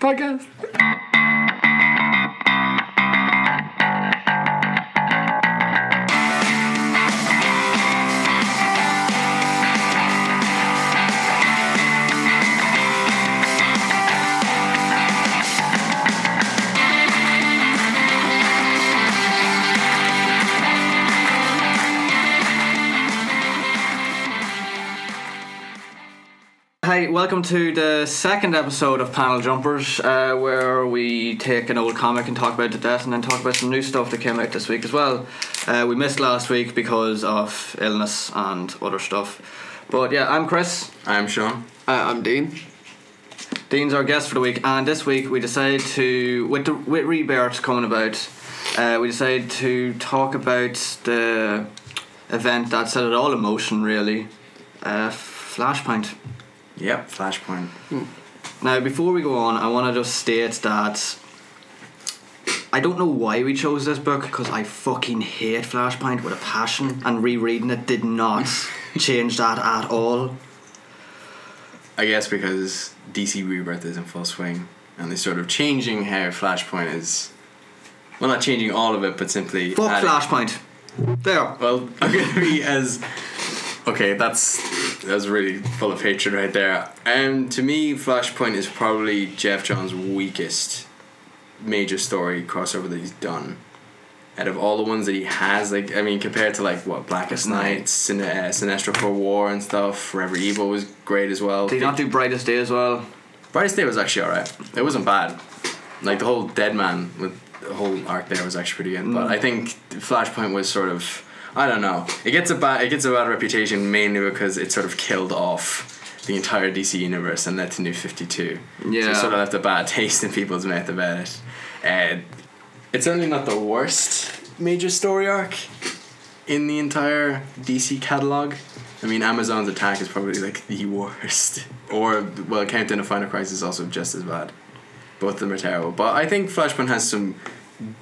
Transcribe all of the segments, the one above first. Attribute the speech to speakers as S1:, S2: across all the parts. S1: podcast. Hi, welcome to the second episode of Panel Jumpers, uh, where we take an old comic and talk about it to death, and then talk about some new stuff that came out this week as well. Uh, we missed last week because of illness and other stuff. But yeah, I'm Chris.
S2: I'm Sean.
S3: Uh, I'm Dean.
S1: Dean's our guest for the week, and this week we decided to, with the with Rebirth coming about, uh, we decided to talk about the event that set it all in motion, really uh, Flashpoint.
S2: Yep, Flashpoint.
S1: Now, before we go on, I want to just state that I don't know why we chose this book because I fucking hate Flashpoint with a passion, and rereading it did not change that at all.
S2: I guess because DC Rebirth is in full swing and they're sort of changing how Flashpoint is. Well, not changing all of it, but simply.
S1: Fuck
S2: adding-
S1: Flashpoint. There.
S2: Well, I'm gonna be as. Okay, that's that's really full of hatred right there. Um, to me, Flashpoint is probably Jeff John's weakest major story crossover that he's done. Out of all the ones that he has, like I mean, compared to like what Blackest Night, Sin- uh, Sinestro for War and stuff, Forever Evil was great as well.
S1: Did he not do Brightest Day as well?
S2: Brightest Day was actually alright. It wasn't bad. Like the whole Dead Man with the whole arc there was actually pretty good. But I think Flashpoint was sort of I don't know. It gets a bad it gets a bad reputation mainly because it sort of killed off the entire DC universe and led to New Fifty Two. So
S1: Yeah.
S2: it sort of left a bad taste in people's mouth about it. Uh, it's certainly not the worst major story arc in the entire DC catalog. I mean, Amazon's attack is probably like the worst. Or, well, Countdown to Final Crisis is also just as bad. Both of them are terrible. But I think Flashpoint has some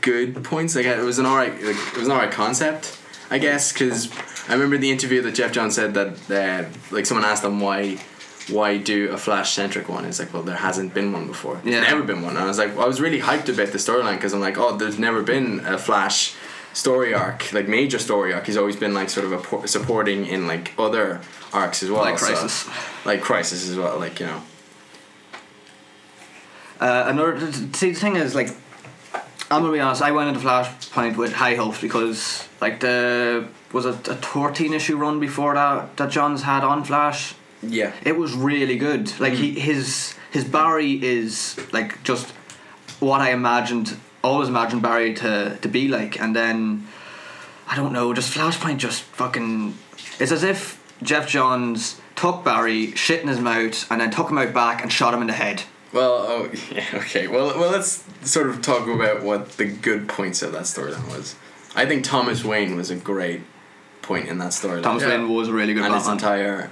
S2: good points. Like, it was an alright, like, it was an alright concept, I guess. Because I remember the interview that Jeff John said that, uh, like, someone asked him why, why do a Flash centric one? It's like, well, there hasn't been one before. There's
S1: Yeah.
S2: never been one. And I was like, I was really hyped about the storyline because I'm like, oh, there's never been a Flash story arc, like major story arc. He's always been like sort of a por- supporting in like other arcs as well.
S1: Like
S2: so-
S1: Crisis.
S2: like Crisis as well. Like you know.
S1: Uh, another th- th- see the thing is like I'm gonna be honest. I went into Flashpoint with high hopes because like the was it a 13 issue run before that that Johns had on Flash.
S2: Yeah.
S1: It was really good. Like he
S2: Hmm.
S1: his his Barry is like just what I imagined always imagined Barry to to be like, and then I don't know. Just Flashpoint just fucking. It's as if Jeff Johns took Barry shit in his mouth and then took him out back and shot him in the head.
S2: Well, oh, yeah, okay. Well, well, let's sort of talk about what the good points of that storyline was. I think Thomas Wayne was a great point in that storyline.
S1: Thomas Wayne was a really good
S2: and his
S1: Batman.
S2: entire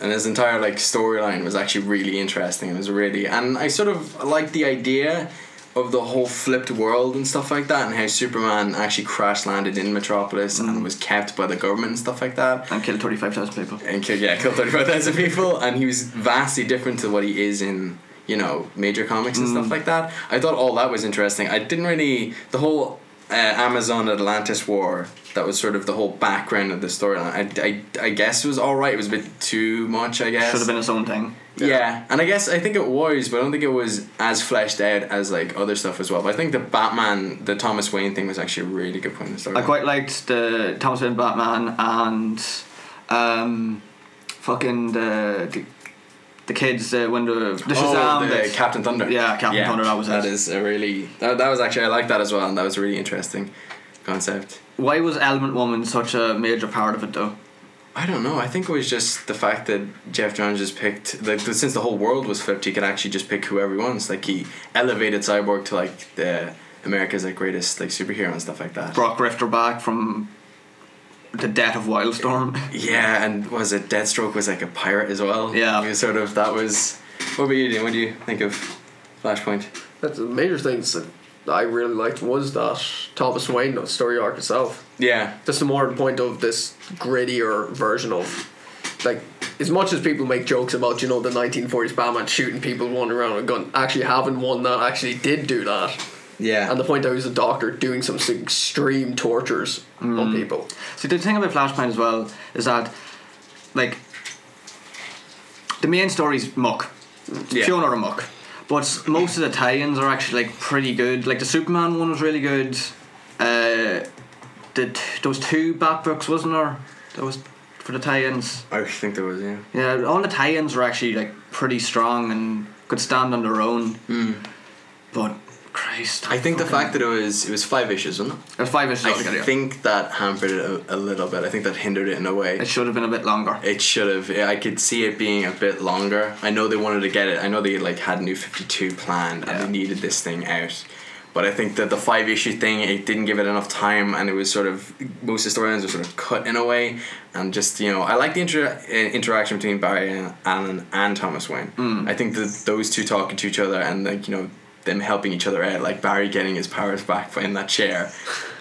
S2: and his entire like storyline was actually really interesting it was really and i sort of liked the idea of the whole flipped world and stuff like that and how superman actually crash landed in metropolis
S1: Mm.
S2: and was kept by the government and stuff like that
S1: and killed 35,000 people.
S2: and killed yeah killed 35,000 people and he was vastly different to what he is in you know major comics and stuff like that I thought all that was interesting I didn't really the whole uh, Amazon Atlantis war that was sort of the whole background of the storyline I, I, I guess it was alright it was a bit too much I guess
S1: Should have been its own thing.
S2: yeah. and I guess I think it was, but I don't think it was as fleshed out as like other stuff as well. But I think the Batman, the Thomas Wayne thing was actually a really good point in the story.
S1: I quite liked the Thomas Wayne Batman and um, fucking the, the, the kids uh, when the, the Shazam
S2: oh, the
S1: bit.
S2: Captain Thunder.
S1: um, Yeah, Captain Thunder, that was
S2: That
S1: it.
S2: is a really that, that was actually I like that as well, and that was a really interesting concept.
S1: Why was Element Woman such a major part of it though?
S2: I don't know. I think it was just the fact that Jeff Johns just picked like the- since the whole world was flipped, he could actually just pick whoever he wants. Like he elevated Cyborg to like the America's like greatest like superhero and stuff like that.
S1: Brock Rifter back from the death of Wildstorm.
S2: Yeah, and what was it Deathstroke was like a pirate as well.
S1: Yeah.
S2: he was sort of that was. What were you doing? What do you think of Flashpoint?
S3: That's the major things that I really liked was that Thomas Wayne the story arc itself.
S2: Yeah,
S3: That's the more point of this grittier version of, like, as much as people make jokes about you know the 1940s Batman shooting people wandering around with a gun, actually having one that actually did do that,
S2: Yeah.
S3: and the point that he was a doctor doing some s- extreme tortures on people.
S1: See, the thing about Flashpoint as well is that, like, the main story's muck.
S2: Yeah.
S1: Pure or a muck. But s- most of the tie-ins are actually like pretty good. Like the Superman one was really good. Uh, the t- those two Bat books wasn't there? That was for the tie-ins.
S2: I think there was, yeah.
S1: Yeah, all the tie-ins were actually like pretty strong and could stand on their own. But Christ,
S2: Hmm. I think the
S1: fucking-
S2: fact that it was it was five issues, wasn't it?
S1: it was five issues
S2: I
S1: altogether. yeah.
S2: think that hampered it a, a little bit. I think that hindered it in a way.
S1: it should have been a bit longer.
S2: It should have. yeah, I could see it being a bit longer. I know they wanted to get it. I know they like had New Fifty Two planned and
S1: Yeah.
S2: they needed this thing out. But I think that the five issue thing it didn't give it enough time, and it was sort of most of the storylines were sort of cut in a way, and just you know I like the inter- uh, interaction between Barry and Allen and Thomas Wayne. I think that those two talking to each other and like you know them helping each other out, like Barry getting his powers back in that chair.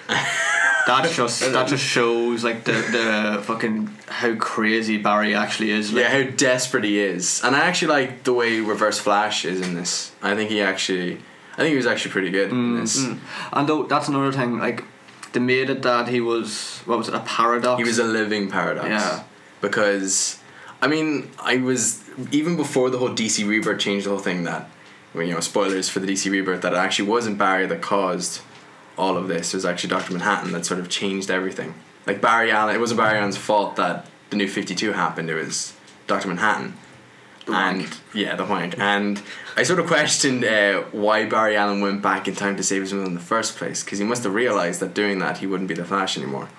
S1: That just that just shows like the, the fucking how crazy Barry actually is. Like,
S2: Yeah, how desperate he is. And I actually like the way Reverse Flash is in this. I think he actually, I think he was actually pretty good in this.
S1: mm. And though that's another thing, like they made it that he was what was it, a paradox?
S2: He was a living paradox.
S1: Yeah.
S2: Because, I mean, I was even before the whole DC Rebirth changed the whole thing that, I mean, you know, spoilers for the DC Rebirth that it actually wasn't Barry that caused all of this. It was actually Doctor Manhattan that sort of changed everything. Like Barry Allen, it wasn't Barry Allen's fault that the New Fifty Two happened. It was Doctor Manhattan. and yeah, the wank. And I sort of questioned uh, why Barry Allen went back in time to save his mother in the first place, because he must have realized that doing that he wouldn't be the Flash anymore,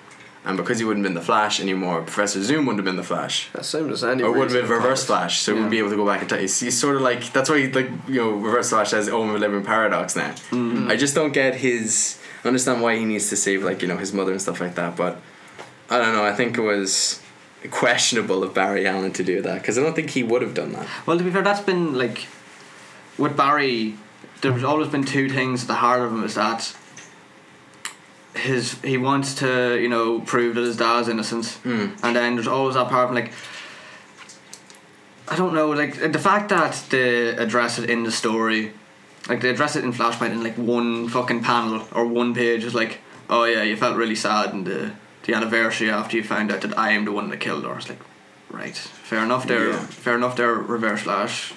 S2: and because he wouldn't have been the Flash anymore, Professor Zoom wouldn't have been the Flash.
S3: That sounds as any
S2: Or would have
S3: reason
S2: been Reverse
S3: to-
S2: Flash, so he wouldn't be able to go back in time. He's, he's sort of like that's why he, like you know Reverse Flash says, "Oh, I'm a living paradox now." I just don't get his. I understand why he needs to save like you know his mother and stuff like that, but I don't know. I think it was questionable of Barry Allen to do that because I don't think he would have done that.
S1: well, to be fair, that's been like with Barry. There's always been two things at the heart of him is that his he wants to you know prove that his dad's innocence, and then there's always that part of him, like. I don't know, like the fact that they address it in the story, like they address it in Flashpoint in like one fucking panel or one page is like, oh yeah, you felt really sad in the the anniversary after you found out that I am the one that killed her. It's like, right, fair enough there,
S2: Yeah.
S1: fair enough there, Reverse Flash.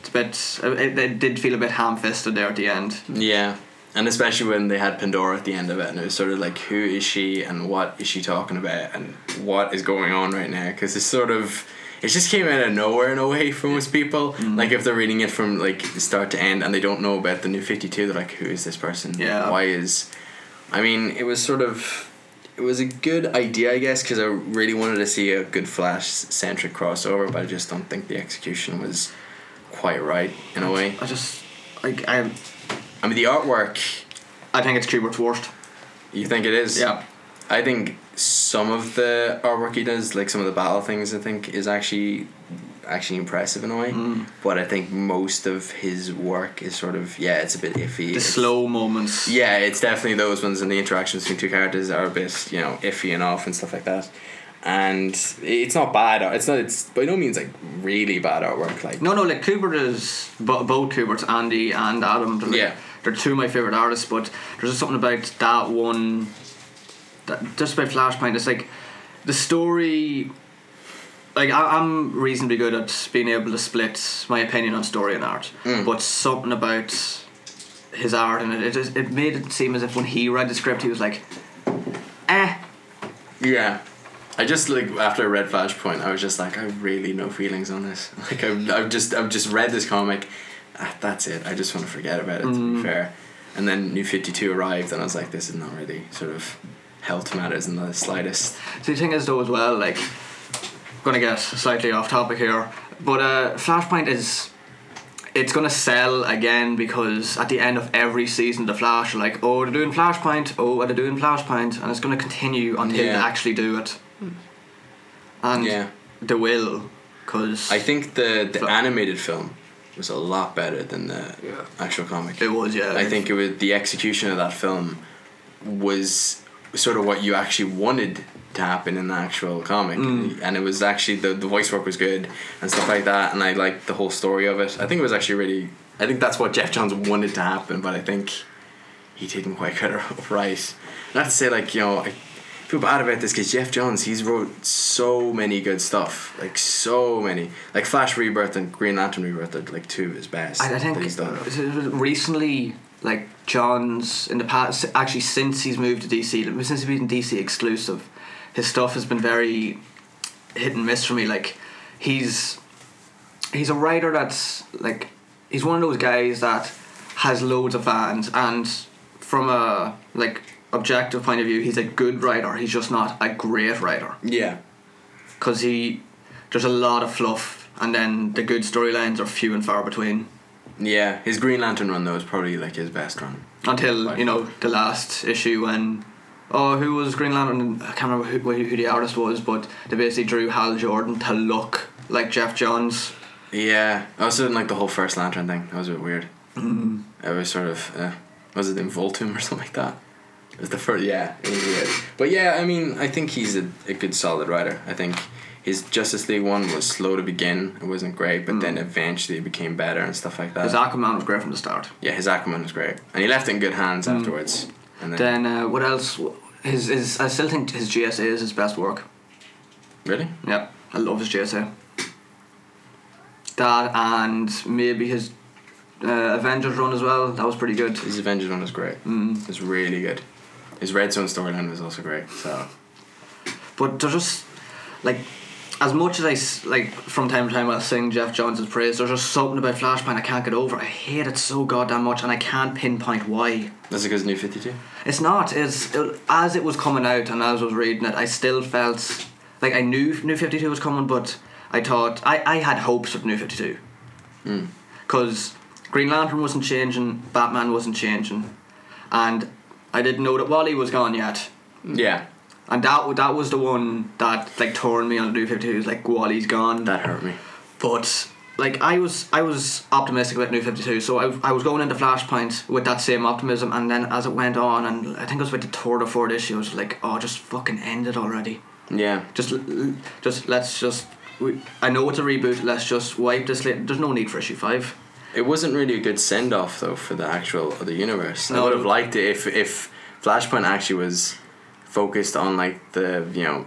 S1: It's a bit, it, it did feel a bit ham fisted there at the end.
S2: Yeah. And especially when they had Pandora at the end of it, and it was sort of like, who is she, and what is she talking about, and what is going on right now? Because it's sort of, it just came out of nowhere in a way for most people. Like if they're reading it from like start to end, and they don't know about the new Fifty Two, they're like, who is this person?
S1: Yeah.
S2: Why is? I mean, it was sort of, it was a good idea, I guess, because I really wanted to see a good Flash centric crossover, but I just don't think the execution was quite right in a way.
S1: I just, like, I,
S2: I mean, the artwork.
S1: I think it's Kubert's worst.
S2: You think it is?
S1: Yeah.
S2: I think some of the artwork he does, like some of the battle things, I think is actually actually impressive in a way.
S1: Mm.
S2: But I think most of his work is sort of yeah, it's a bit iffy.
S1: The
S2: It's-
S1: slow moments.
S2: Yeah, it's definitely those ones, and the interactions between two characters are a bit you know iffy and off and stuff like that. And it's not bad. art- It's not. It's by no means like really bad artwork. Like
S1: No, no, like Kubert is bo- both Kubert's Andy and Adam. They're, like-
S2: Yeah.
S1: they're two of my favorite artists, but there's just something about that one, that just about Flashpoint. It's like the story. Like I, I'm reasonably good at being able to split my opinion on story and art,
S2: Mm.
S1: but something about his art and it, it just- it made it seem as if when he read the script, he was like, eh.
S2: Yeah. I just like after I read Flashpoint, I was just like, I really no feelings on this. Like I've, I've just I've just read this comic. Ah, that's it. I just want to forget about it. To be fair, and then New Fifty Two arrived, and I was like, this is not really sort of health matters in the slightest.
S1: See, the thing is though as well, like, gonna get slightly off topic here, but uh, Flashpoint is, it's gonna sell again because at the end of every season, the Flash are like, oh, they're doing Flashpoint, oh, they're doing Flashpoint, and it's gonna continue until they
S2: Yeah.
S1: actually do it, and
S2: Yeah.
S1: they will, cause
S2: I think the the
S1: Fla-
S2: animated film was a lot better than the actual comic.
S1: it was yeah.
S2: I think it was the execution of that film was sort of what you actually wanted to happen in the actual comic,
S1: Mm.
S2: and it was actually the the voice work was good and stuff like that, and I liked the whole story of it. I think it was actually really. I think that's what Jeff Johns wanted to happen, but I think he didn't quite get it right. Not to say like you know. I, feel bad about this because Jeff Jones he's wrote so many good stuff like so many like Flash Rebirth and Green Lantern Rebirth are like two of his best
S1: I, I think
S2: that he's done.
S1: it was recently, like John's in the past, actually since he's moved to DC, like, since he's been DC exclusive, his stuff has been very hit and miss for me. Like he's he's a writer that's like he's one of those guys that has loads of fans and from a like objective point of view he's a good writer he's just not a great writer
S2: Yeah,
S1: because he there's a lot of fluff and then the good storylines are few and far between
S2: yeah. His Green Lantern run though is probably like his best run.
S1: until
S2: Like-
S1: you know the last issue when oh who was Green Lantern I can't remember who, who the artist was but they basically drew Hal Jordan to look like Jeff Johns
S2: Yeah, I also didn't like the whole first Lantern thing. That was a bit weird. It was sort of uh, was it in Voltum or something like that. It was the first. Yeah, it was weird. But yeah, I mean, I think he's a, a good solid writer. I think his Justice League one was slow to begin. It wasn't great, but then eventually it became better and stuff like that.
S1: because Aquaman was great from the start
S2: yeah, his Aquaman was great, and he left it in good hands afterwards. And then,
S1: then uh, what else his, his I still think his GSA is his best work
S2: really,
S1: yeah I love his GSA that and maybe his uh, Avengers run as well that was pretty good
S2: his Avengers one was great. It was really good. His Red Zone storyline was also great. So
S1: But there's just like as much as I s- like from time to time I'll sing Jeff Johns' praise. There's just something about Flashpoint I can't get over. I hate it so goddamn much, and I can't pinpoint why.
S2: that's because New Fifty Two.
S1: It's not. It's it, as it was coming out, and as I was reading it, I still felt like I knew New Fifty Two was coming, but I thought I, I had hopes of New Fifty Two because Green Lantern wasn't changing, Batman wasn't changing, and I didn't know that Wally was gone yet.
S2: Yeah,
S1: And that that was the one that like torn me on the new fifty two. Like Wally's gone.
S2: that hurt me.
S1: But like I was I was optimistic about new fifty two. So I, I was going into Flashpoint with that same optimism, and then as it went on, and I think it was with the third or fourth issue, I was like, oh, just fucking end it already.
S2: Yeah,
S1: Just l- l- just let's just. We, I know it's a reboot. Let's just wipe this. Late. There's no need for issue five.
S2: It wasn't really a good send off though for the actual other universe. I
S1: No.
S2: would have liked it if if Flashpoint actually was focused on like the you know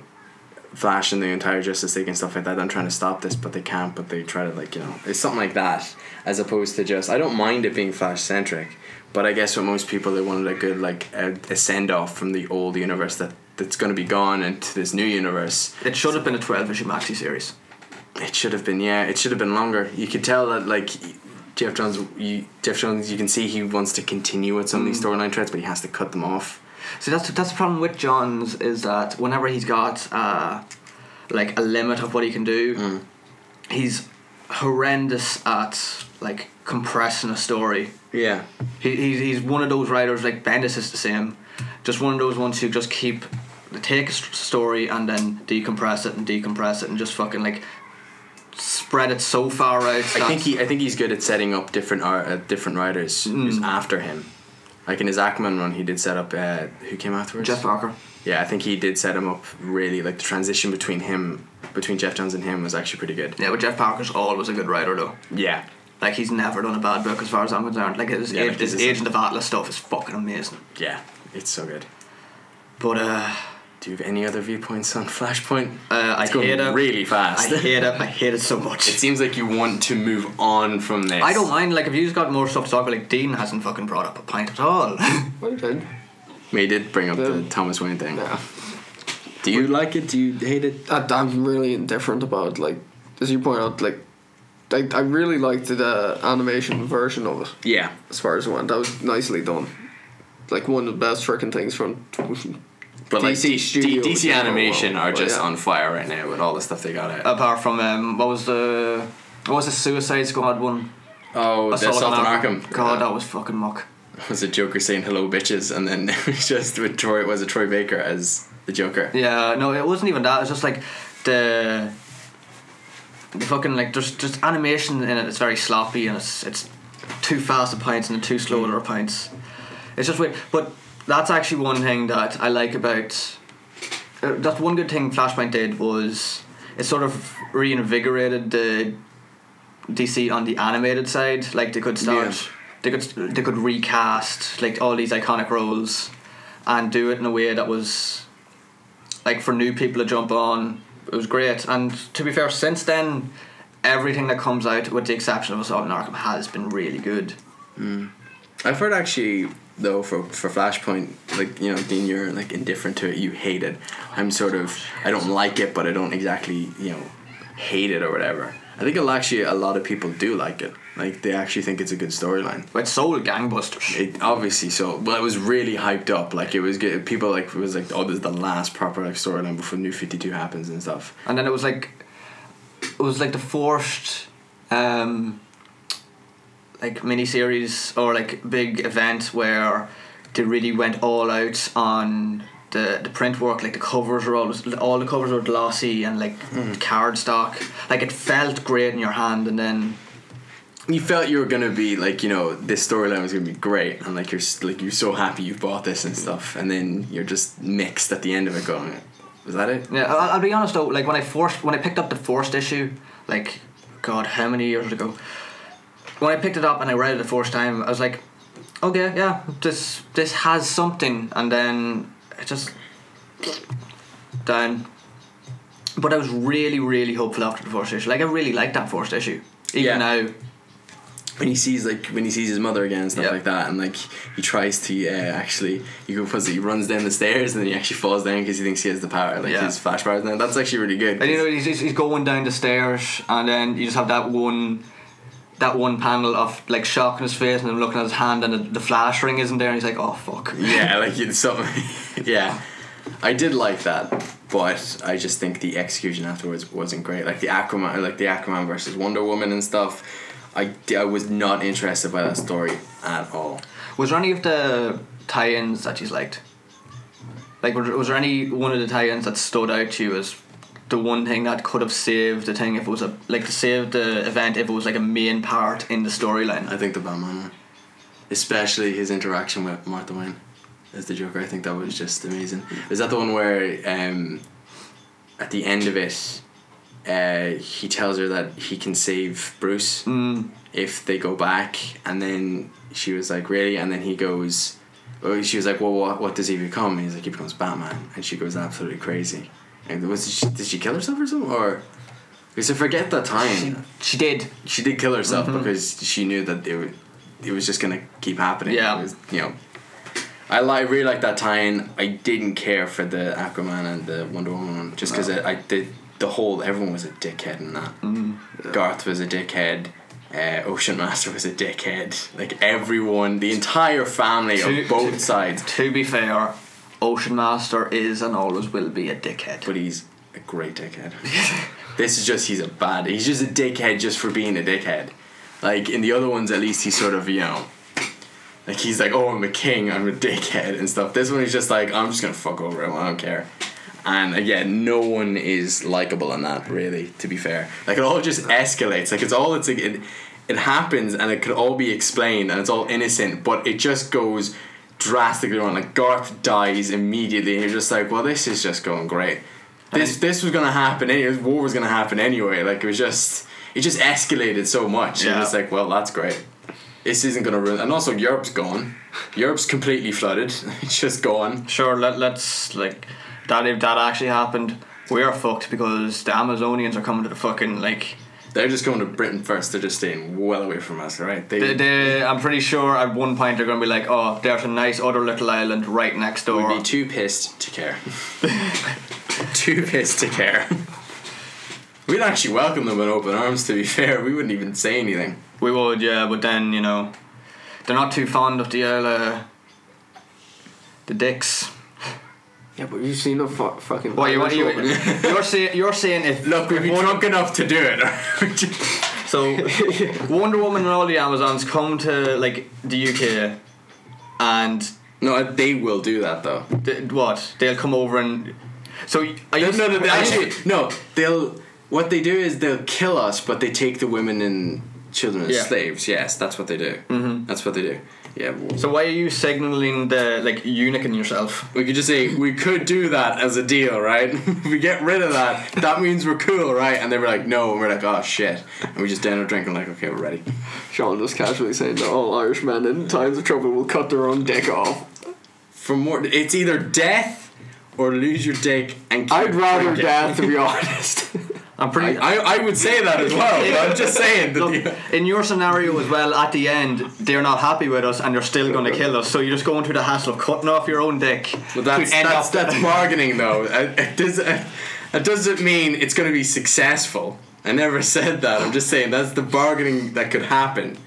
S2: Flash and the entire Justice League and stuff like that. I'm trying to stop this, but they can't. But they try to like you know it's something like that as opposed to just I don't mind it being Flash centric, but I guess with most people they wanted a good like a, a send off from the old universe that that's going to be gone into this new universe
S1: It should have been a twelve issue maxi series.
S2: it should have been yeah it should have been longer you could tell that like jeff johns you, jeff johns you can see he wants to continue with some of these
S1: Mm.
S2: storyline threads but he has to cut them off
S1: See, that's that's the problem with Johns is that whenever he's got uh, like a limit of what he can do,
S2: Mm.
S1: he's horrendous at like compressing a story.
S2: yeah
S1: He, he's he's one of those writers like Bendis is the same, just one of those ones who just keep take a s- story and then decompress it and decompress it and just fucking like spread it so far out.
S2: i think he i think he's good at setting up different ar- uh, different writers who's
S1: Mm.
S2: after him like in his Aquaman run, he did set up uh, who came afterwards.
S1: Jeff Parker.
S2: Yeah, I think he did set him up really. Like the transition between him, between Jeff Johns and him, was actually pretty good.
S1: Yeah, but Jeff Parker's always a good writer though.
S2: Yeah,
S1: Like he's never done a bad book as far as I'm concerned. Like his,
S2: Yeah,
S1: ag-
S2: like, this
S1: his
S2: is a-
S1: Agent of Atlas stuff is fucking amazing.
S2: yeah, it's so good.
S1: But uh,
S2: Do you have any other viewpoints on Flashpoint?
S1: uh I
S2: it's going
S1: hate it.
S2: really
S1: I
S2: fast.
S1: hate it. I hate it so much.
S2: It seems like you want to move on from this.
S1: I don't mind. Like if you've got more stuff to talk about, like Dean hasn't fucking brought up a pint at all.
S3: What you did?
S2: We did bring up the
S3: Um,
S2: Thomas Wayne thing.
S3: Yeah.
S2: Do you like it? Do you hate it?
S3: I, I'm really indifferent about like, as you point out, like, I, I really liked the animation version of it
S2: Yeah.
S3: as far as it went. That was nicely done. Like one of the best freaking things from.
S2: But like
S3: DC
S2: D- D-
S3: Studios
S2: DC
S3: is not
S2: animation
S3: well,
S2: are
S3: but
S2: just
S3: yeah.
S2: on fire right now with all the stuff they got out.
S1: Apart from um, what was the what was the Suicide Squad one?
S2: oh, the
S1: Assault
S2: Assault on
S1: on
S2: Arkham.
S1: God,
S2: Yeah.
S1: that was fucking muck.
S2: was a Joker saying hello bitches, and then it was just with Troy was it Troy Baker as the Joker.
S1: Yeah, no, it wasn't even that. It's just like the the fucking like there's just animation in it. It's very sloppy and it's it's too fast at points and too slow at other points. It's just weird, but that's actually one thing that I like about uh, that's one good thing Flashpoint did was it sort of reinvigorated the DC on the animated side. Like they could start,
S2: Yeah.
S1: they could they could recast like all these iconic roles, and do it in a way that was like for new people to jump on. It was great, and to be fair, since then. Everything that comes out, with the exception of Assault on Arkham, has been really good.
S2: I've heard actually though for for Flashpoint, like you know, Dean, you're like indifferent to it. You hate it. I'm sort of I don't like it, but I don't exactly you know hate it or whatever. I think it'll actually a lot of people do like it. Like they actually think it's a good storyline.
S1: It sold gangbusters.
S2: It obviously so, but it was really hyped up. Like it was good. People like it was like oh, this is the last proper like storyline before New Fifty Two happens and stuff.
S1: and then it was like it was like the forced um like miniseries or like big event where they really went all out on the, the print work like the covers were all all the covers were glossy and like cardstock like it felt great in your hand and then
S2: You felt you were gonna be like you know this storyline was gonna be great, and like you're s- like you're so happy you bought this and stuff, and then you're just mixed at the end of it going, was that it?
S1: yeah I'll, I'll be honest though like when I forced when I picked up the forced issue like god how many years ago when I picked it up and I read it the first time, I was like, okay, yeah, this this has something, and then it just down. But I was really, really hopeful after the first issue. Like I really liked that first issue,
S2: Yeah.
S1: even now.
S2: when he sees like when he sees his mother again and stuff
S1: Yeah.
S2: like that, and like he tries to uh, actually he goes he runs down the stairs and then he actually falls down because he thinks he has the power like
S1: Yeah.
S2: his flash powers. Now that's actually really good.
S1: And you know, he's, he's he's going down the stairs, and then you just have that one. That one panel of like shock in his face and him looking at his hand and the, the flash ring isn't there and he's like oh fuck
S2: yeah, like it's something. yeah, I did like that, but I just think the execution afterwards wasn't great. Like the Aquaman, like the Aquaman versus Wonder Woman and stuff. I, I was not interested by that story at all.
S1: Was there any of the tie-ins that you liked? Like, was was there any one of the tie-ins that stood out to you as the one thing that could have saved the thing if it was a like to save the event if it was like a main part in the storyline?
S2: I think the Batman, one. especially his interaction with Martha Wayne as the Joker, I think that was just amazing. Is that the one where um, at the end of it, uh, he tells her that he can save Bruce if they go back, and then she was like, "Really?" And then he goes, "Oh," she was like, "Well, what, what does he become?" And he's like, "He becomes Batman," and she goes absolutely crazy. And was she, did she kill herself or something? Or because I forget that time
S1: She, she did.
S2: she did kill herself because she knew that it was, it was just gonna keep happening.
S1: Yeah.
S2: It was, you know. I, li- I really like that tie-in. I didn't care for the Aquaman and the Wonder Woman one, just because I, I did the whole. Everyone was a dickhead in that. Garth was a dickhead. Uh, Ocean Master was a dickhead. Like everyone, the entire family
S1: To-
S2: of both sides.
S1: To be fair, Ocean Master is and always will be a dickhead.
S2: But he's a great dickhead. this is just he's a bad. He's just a dickhead just for being a dickhead. Like in the other ones, at least he's sort of you know, like he's like oh I'm a king, I'm a dickhead and stuff. This one he's just like I'm just gonna fuck over him. I don't care. And again, no one is likable in that really. To be fair, like it all just escalates. Like it's all it's it, it happens and it could all be explained and it's all innocent, but it just goes drastically wrong. Like Garth dies immediately, and you're just like, well, this is just going great. This this was gonna happen. Any this war was gonna happen anyway. Like it was just it just escalated so much.
S1: Yeah.
S2: And it's like, well, that's great. This isn't gonna ruin. And also, Europe's gone. Europe's completely flooded. It's just gone.
S1: Sure, let let's like that if that actually happened, we are fucked because the Amazonians are coming to the fucking like.
S2: They're just going to Britain first. They're just staying well away from us, right?
S1: They, they, I'm pretty sure at one point they're going to be like, oh, there's a nice other little island right next door.
S2: would be too pissed to care. too pissed to care. We'd actually welcome them with open arms. To be fair, we wouldn't even say anything.
S1: we would, yeah, but then, you know, they're not too fond of the uh, the dicks.
S3: Yeah, but you've seen the fu- fucking.
S1: What, you, what
S3: Irish
S1: you,
S3: woman.
S1: you're, say, you're saying if
S2: Look, we'd be
S1: Wonder,
S2: drunk enough to do it.
S1: so Wonder Woman and all the Amazons come to like the UK and
S2: no, they will do that though.
S1: they, what they'll come over and so are you
S2: No, no, they
S1: are you-
S2: actually no. They'll what they do is they'll kill us, but they take the women and children as
S1: Yeah.
S2: slaves. Yes, that's what they do. Mm-hmm. That's what they do. Yeah. w-
S1: So why are you signaling the like eunuch in yourself?
S2: We could just say we could do that as a deal, right? if we get rid of that, that means we're cool, right? And they were like, no, and we're like, oh shit, and we just down our drink and like, okay, we're ready.
S3: Sean just casually saying that all Irishmen in times of trouble will cut their own dick off.
S2: For more, it's either death or lose your dick and. Keep
S3: I'd rather
S2: drinking.
S3: death, to be honest.
S1: I'm
S2: I,
S1: pretty.
S2: I, I would say that as well. but I'm just saying that.
S1: Look,
S2: The,
S1: in your scenario as well, at the end, they're not happy with us and they're still going to kill us. So you're just going through the hassle of cutting off your own dick.
S2: well, that's
S1: to end
S2: that's,
S1: up-
S2: that's bargaining though. It, it does, it doesn't mean it's going to be successful. I never said that. I'm just saying that's the bargaining that could happen.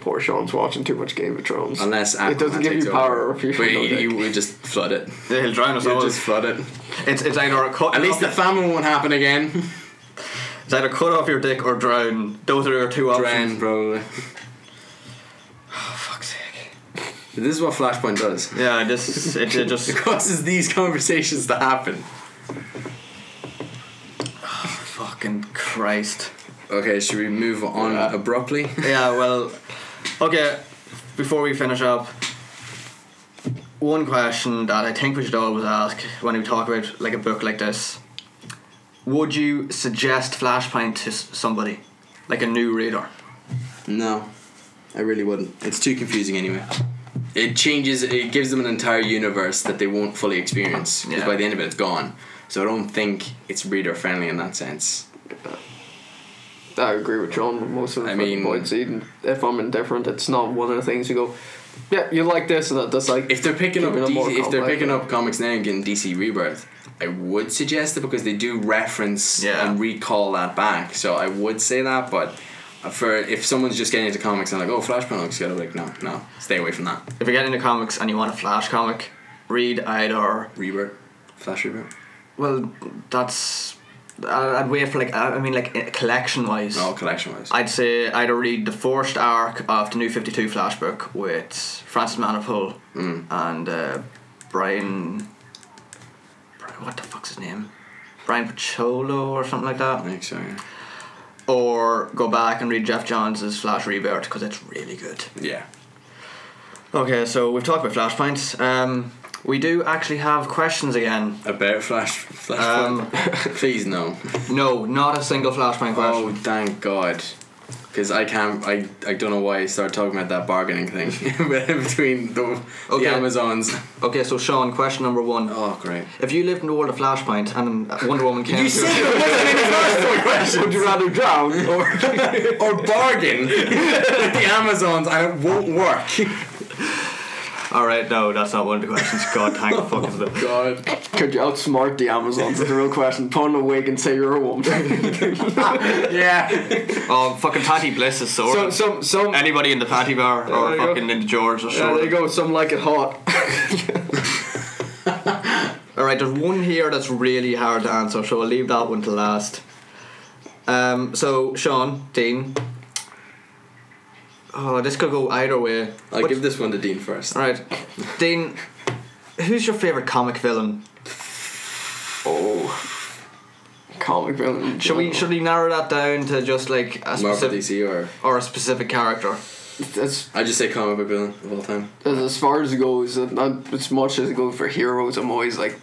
S3: Poor Sean's watching too much Game of Thrones.
S2: Unless
S3: it doesn't
S2: Aquaman
S3: give
S2: takes
S3: you power,
S2: over.
S3: if you
S2: But
S3: no
S2: you,
S3: dick.
S2: you would just flood it.
S1: They'll drown us
S2: You
S1: all.
S2: just flood it.
S1: It's, it's either a cut.
S2: At least the famine won't happen again.
S1: it's either cut off your dick or drown. Those are your two
S2: Drown,
S1: options.
S2: probably.
S1: For fuck's sake.
S2: Oh, This is what Flashpoint does.
S1: Yeah, this it, it just
S2: It causes these conversations to happen.
S1: fucking Christ.
S2: Okay, should we move on abruptly?
S1: Yeah, well, okay. Before we finish up, one question that I think we should always ask when we talk about like a book like this: Would you suggest Flashpoint to s- somebody, like a new reader?
S2: No, I really wouldn't. It's too confusing anyway. It changes. It gives them an entire universe that they won't fully experience because
S1: Yeah.
S2: by the end of it, it's gone. So I don't think it's reader friendly in that sense.
S3: I agree with John with most of the
S2: I
S3: I
S2: mean-
S3: points. Even if I'm indifferent, it's not one of the things you go, yeah, you like this and that. That's like
S2: If they're picking up
S3: Keeping it more
S2: DC, if they're
S3: complex,
S2: picking
S3: yeah.
S2: up comics now and getting DC Rebirth, I would suggest it because they do reference
S1: Yeah.
S2: and recall that back. So I would say that, but. For if someone's just getting into comics and like, oh, Flashpoint looks good, I'm like, no, no, stay away from that.
S1: If you get into comics and you want a Flash comic, read either.
S2: Rebirth, Flash Rebirth.
S1: Well, that's I- I'd wait for like uh, I I mean like eh, collection wise.
S2: No, collection wise.
S1: I'd say either read the first arc of the new 52 Flash book with Francis Manifold and uh, Brian, Brian. What the fuck's his name? Brian Pacholo or something like
S2: I
S1: that.
S2: think so. Yeah.
S1: Or go back and read Jeff Johns' Flash Rebirth because it's really good.
S2: yeah.
S1: Okay, so we've talked about Flashpoints. Um, we do actually have questions again.
S2: About Flash
S3: Um,
S2: Flashpoint? Please no.
S1: No, not a single Flashpoint question.
S2: Oh, thank God. Because I can't, I, I don't know why I started talking about that bargaining thing between the,
S1: Okay.
S2: the Amazons.
S1: Okay, so Sean, question number one.
S2: Oh, great.
S1: If you lived in the world of Flashpoint and Wonder Woman came to
S3: would you rather drown?
S2: or, or bargain with the Amazons and it won't work.
S1: All right, no, that's not one of the questions. God, thank the fuck is it?
S2: God.
S3: Could you outsmart the Amazons? Is the real question. Put on a wig and say you're a woman.
S2: Yeah.
S1: Oh, fucking Patty Bliss is sore.
S3: some, some, some.
S1: Anybody in the Patty bar
S3: There
S1: or
S3: you go.
S1: fucking in the George or
S3: Yeah, there you
S1: something.
S3: go. Some like it hot.
S1: All right, there's one here that's really hard to answer, so I'll leave that one to last. Um, so Sean, Dean. Oh, this could go either way.
S2: I'll
S1: What-
S2: give this one to Dean first.
S1: All right, Dean. Who's your favorite comic villain?
S3: Oh. Comic villain.
S1: Should we should we narrow that down to just like a
S2: Marvel
S1: specific
S2: DC or.
S1: or a specific character?
S3: That's
S2: I just say comic book villain of all time.
S3: as, as far as it goes, uh, not as much as it goes for heroes, I'm always like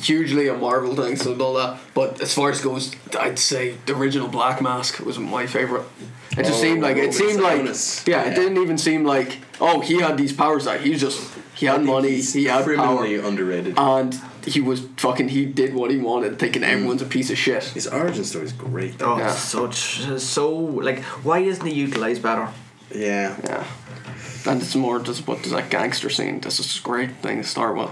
S3: hugely a Marvel thing, so all that. But as far as it goes, I'd say the original Black Mask was my favorite. It just
S2: Oh,
S3: seemed like it
S2: Robert
S3: seemed like
S2: Sabonis.
S3: yeah,
S2: Yeah.
S3: it didn't even seem like oh he had these powers that he was just he had money,
S2: He's
S3: he had power, Uh,
S2: criminally underrated.
S3: and he was fucking he did what he wanted, thinking everyone's a piece of shit.
S2: His origin story is great.
S1: Oh,
S2: Though.
S3: Yeah.
S1: such so like why isn't he utilized better?
S2: Yeah.
S3: Yeah. And it's more just what does that gangster scene? That's just a great thing to start with.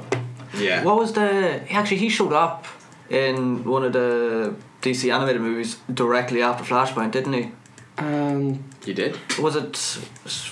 S2: Yeah.
S1: What was the actually he showed up in one of the DC animated movies directly after Flashpoint, didn't he?
S3: Um,
S2: You did?
S1: Was it? s-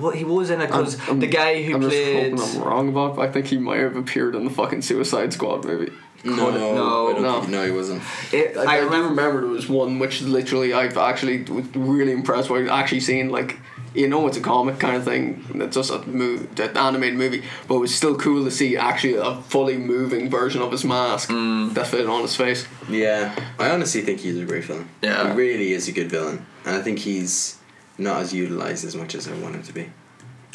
S1: What he was in it because
S3: I'm-
S1: the guy who
S3: I'm
S1: played
S3: just hoping I'm wrong about. But I think he might have appered in the fucking Suicide Squad movie.
S2: No,
S1: No.
S2: I don't
S3: No.
S2: think- no, he wasn't.
S1: it, I,
S3: do
S1: remember
S3: remember there was one which literally I've actually was really impressed by actually seeing like you know it's a comic kind of thing that's just a move that animated movie but it was still cool to see actually a fully moving version of his mask
S1: Mm.
S3: that fit on his face
S2: Yeah, I honestly think he's a great villain.
S1: Yeah.
S2: he really is a good villain, and I think he's not as utilized as much as I want him to be.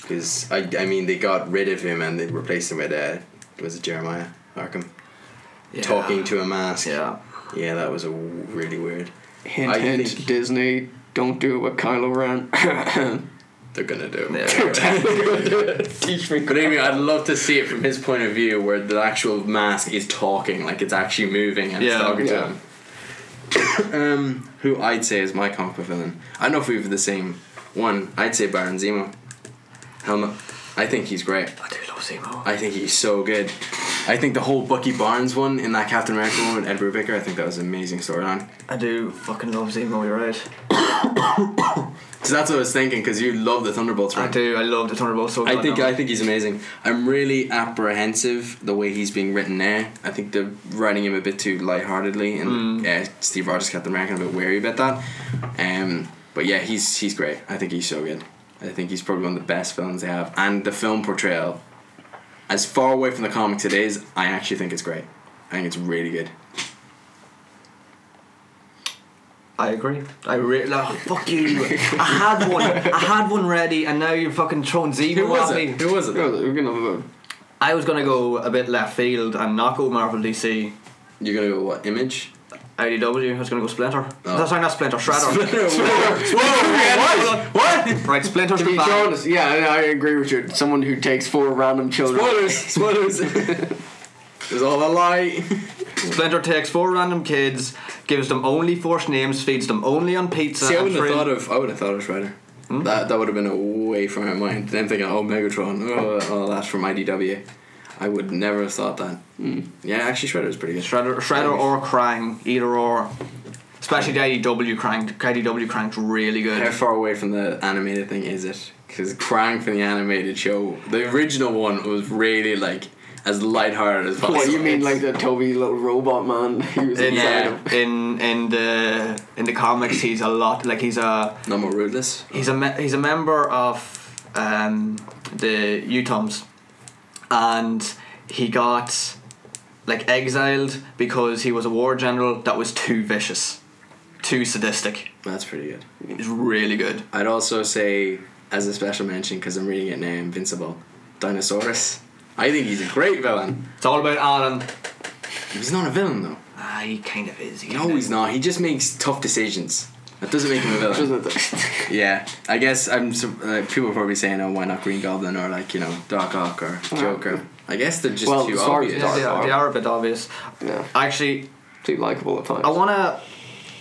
S2: Because I, I mean, they got rid of him and they replaced him with uh, was it Jeremiah Arkham
S1: Yeah.
S2: talking to a mask?
S1: Yeah.
S2: yeah, that was a w- really weird.
S3: Hint,
S2: I
S3: hint.
S2: think-
S3: Disney, don't do what Kylo Ren.
S2: They're gonna do.
S1: Yeah.
S3: Teach me.
S2: But anyway, I'd love to see it from his point of view, where the actual mask is talking, like it's actually moving and
S1: Yeah.
S2: it's talking
S3: Yeah.
S2: to him. um, who I'd say is my comic book villain. I don't know if we have the same one. I'd say Baron Zemo. Helma. I think he's great.
S1: I do love Zemo.
S2: I think he's so good. I think the whole Bucky Barnes one in that Captain America one with Ed Brubaker, I think that was an amazing storyline.
S1: I do fucking love Zemo. You're right.
S2: So that's what I was thinking, because you love the Thunderbolts
S1: I
S2: one.
S1: do. I love the Thunderbolt so.
S2: I
S1: much.
S2: think I think he's amazing. I'm really apprehensive the way he's being written there. I think they're writing him a bit too lightheartedly, and uh, Steve Rogers Captain America I'm a bit wary about that. Um, but yeah, he's he's great. I think he's so good. I think he's probably one of the best villains they have, and the film portrayal, as far away from the comics it is, I actually think it's great. I think it's really good.
S1: I agree. I really like, fuck you. I had one. I had one ready, and now you're fucking throwing Zemo
S2: Who was
S1: at
S2: it?
S1: me.
S2: Who was it?
S3: We're gonna have a-
S1: I was gonna go a bit left field and not go Marvel DC.
S2: You're gonna go what? Image?
S1: IDW. I was gonna go Splinter.
S2: Oh.
S1: No, sorry, not Splinter. Shredder.
S2: Whoa! What? What?
S1: right, Splinter's
S3: to be
S1: goodbye.
S3: honest, yeah, I, I agree with you. Someone who takes four random children.
S2: Spoilers! Spoilers! It was all a lie.
S1: Splinter takes four random kids, gives them only forced names, feeds them only on pizza.
S2: See, I
S1: and
S2: wouldn't have
S1: fri-
S2: thought of. I would have thought of Shredder.
S3: Hmm?
S2: That that would have been away from my mind. Then thinking, oh Megatron, oh, oh that's from IDW. I would never have thought that.
S3: Hmm.
S2: Yeah, actually, Shredder was pretty good.
S1: Shredder, Shredder or Krang, either or. Especially the IDW Krang. IDW Krang's really good.
S2: How far away from the animated thing is it? Because Krang from the animated show, the original one was really like as lighthearted as possible.
S3: What you mean, like the Toby little robot man? He was
S1: in, uh,
S3: inside
S2: Yeah.
S3: of.
S1: in in the in the comics he's a lot like he's a
S2: no more rudeness?
S1: he's a me- he's a member of um, the Utoms and he got like exiled because he was a war general that was too vicious too sadistic
S2: That's pretty good.
S1: it's really good
S2: I'd also say, as a special mention, because I'm reading it now, Invincible, Dinosaurus. I think he's a great villain.
S1: it's all about Alan
S2: He's not a villain though.
S1: ah, he kind of is he
S2: No,
S1: kinda
S2: he's not. He just makes tough decisions. That doesn't make him a villain. yeah, I guess I'm. sur- Uh, people are probably saying, "Oh, why not Green Goblin or like you know Doc Ock or Joker?" I guess they're just
S3: Well,
S2: too
S3: as far as
S2: obvious.
S1: Yeah, they, are, they are a bit obvious
S3: yeah,
S1: actually
S3: too likable at times.
S1: I wanna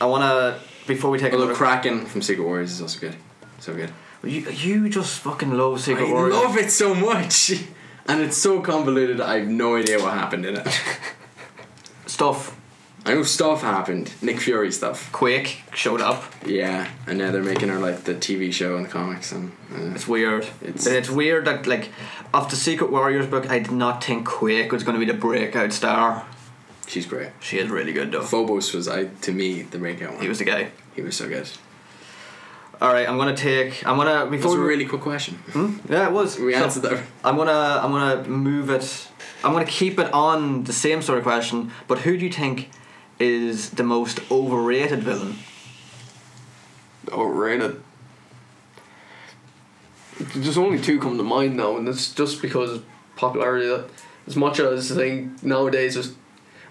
S1: I wanna before we take a
S2: Although
S1: look
S2: Kraken from Secret Warriors is also good. So good.
S1: you, you just fucking love
S2: I
S1: Secret Warrior
S2: love it so much, and it's so convoluted. I have no idea what happened in it.
S1: stuff
S2: I know stuff happened. Nick Fury stuff.
S1: Quake showed up.
S2: Yeah, and now they're making her like the TV show and the comics and. Uh,
S1: It's weird. It's,
S2: It's-
S1: it's weird that like of the Secret Warriors book, I did not think Quake was going to be the breakout star.
S2: she's great.
S1: She is really good though.
S2: Phobos was I to me the breakout one.
S1: He was the guy.
S2: he was so good.
S1: All right, I'm gonna take. I'm gonna
S2: That was
S1: before
S2: a
S1: we- Hmm?
S2: really quick question.
S1: yeah, it was.
S2: We
S1: So,
S2: answered that.
S1: I'm gonna I'm gonna move it. I'm gonna keep it on the same sort of question. But who do you think is the most overrated villain?
S3: Oh, overrated. There's only two come to mind now, and it's just because of popularity. That as much as I think nowadays is.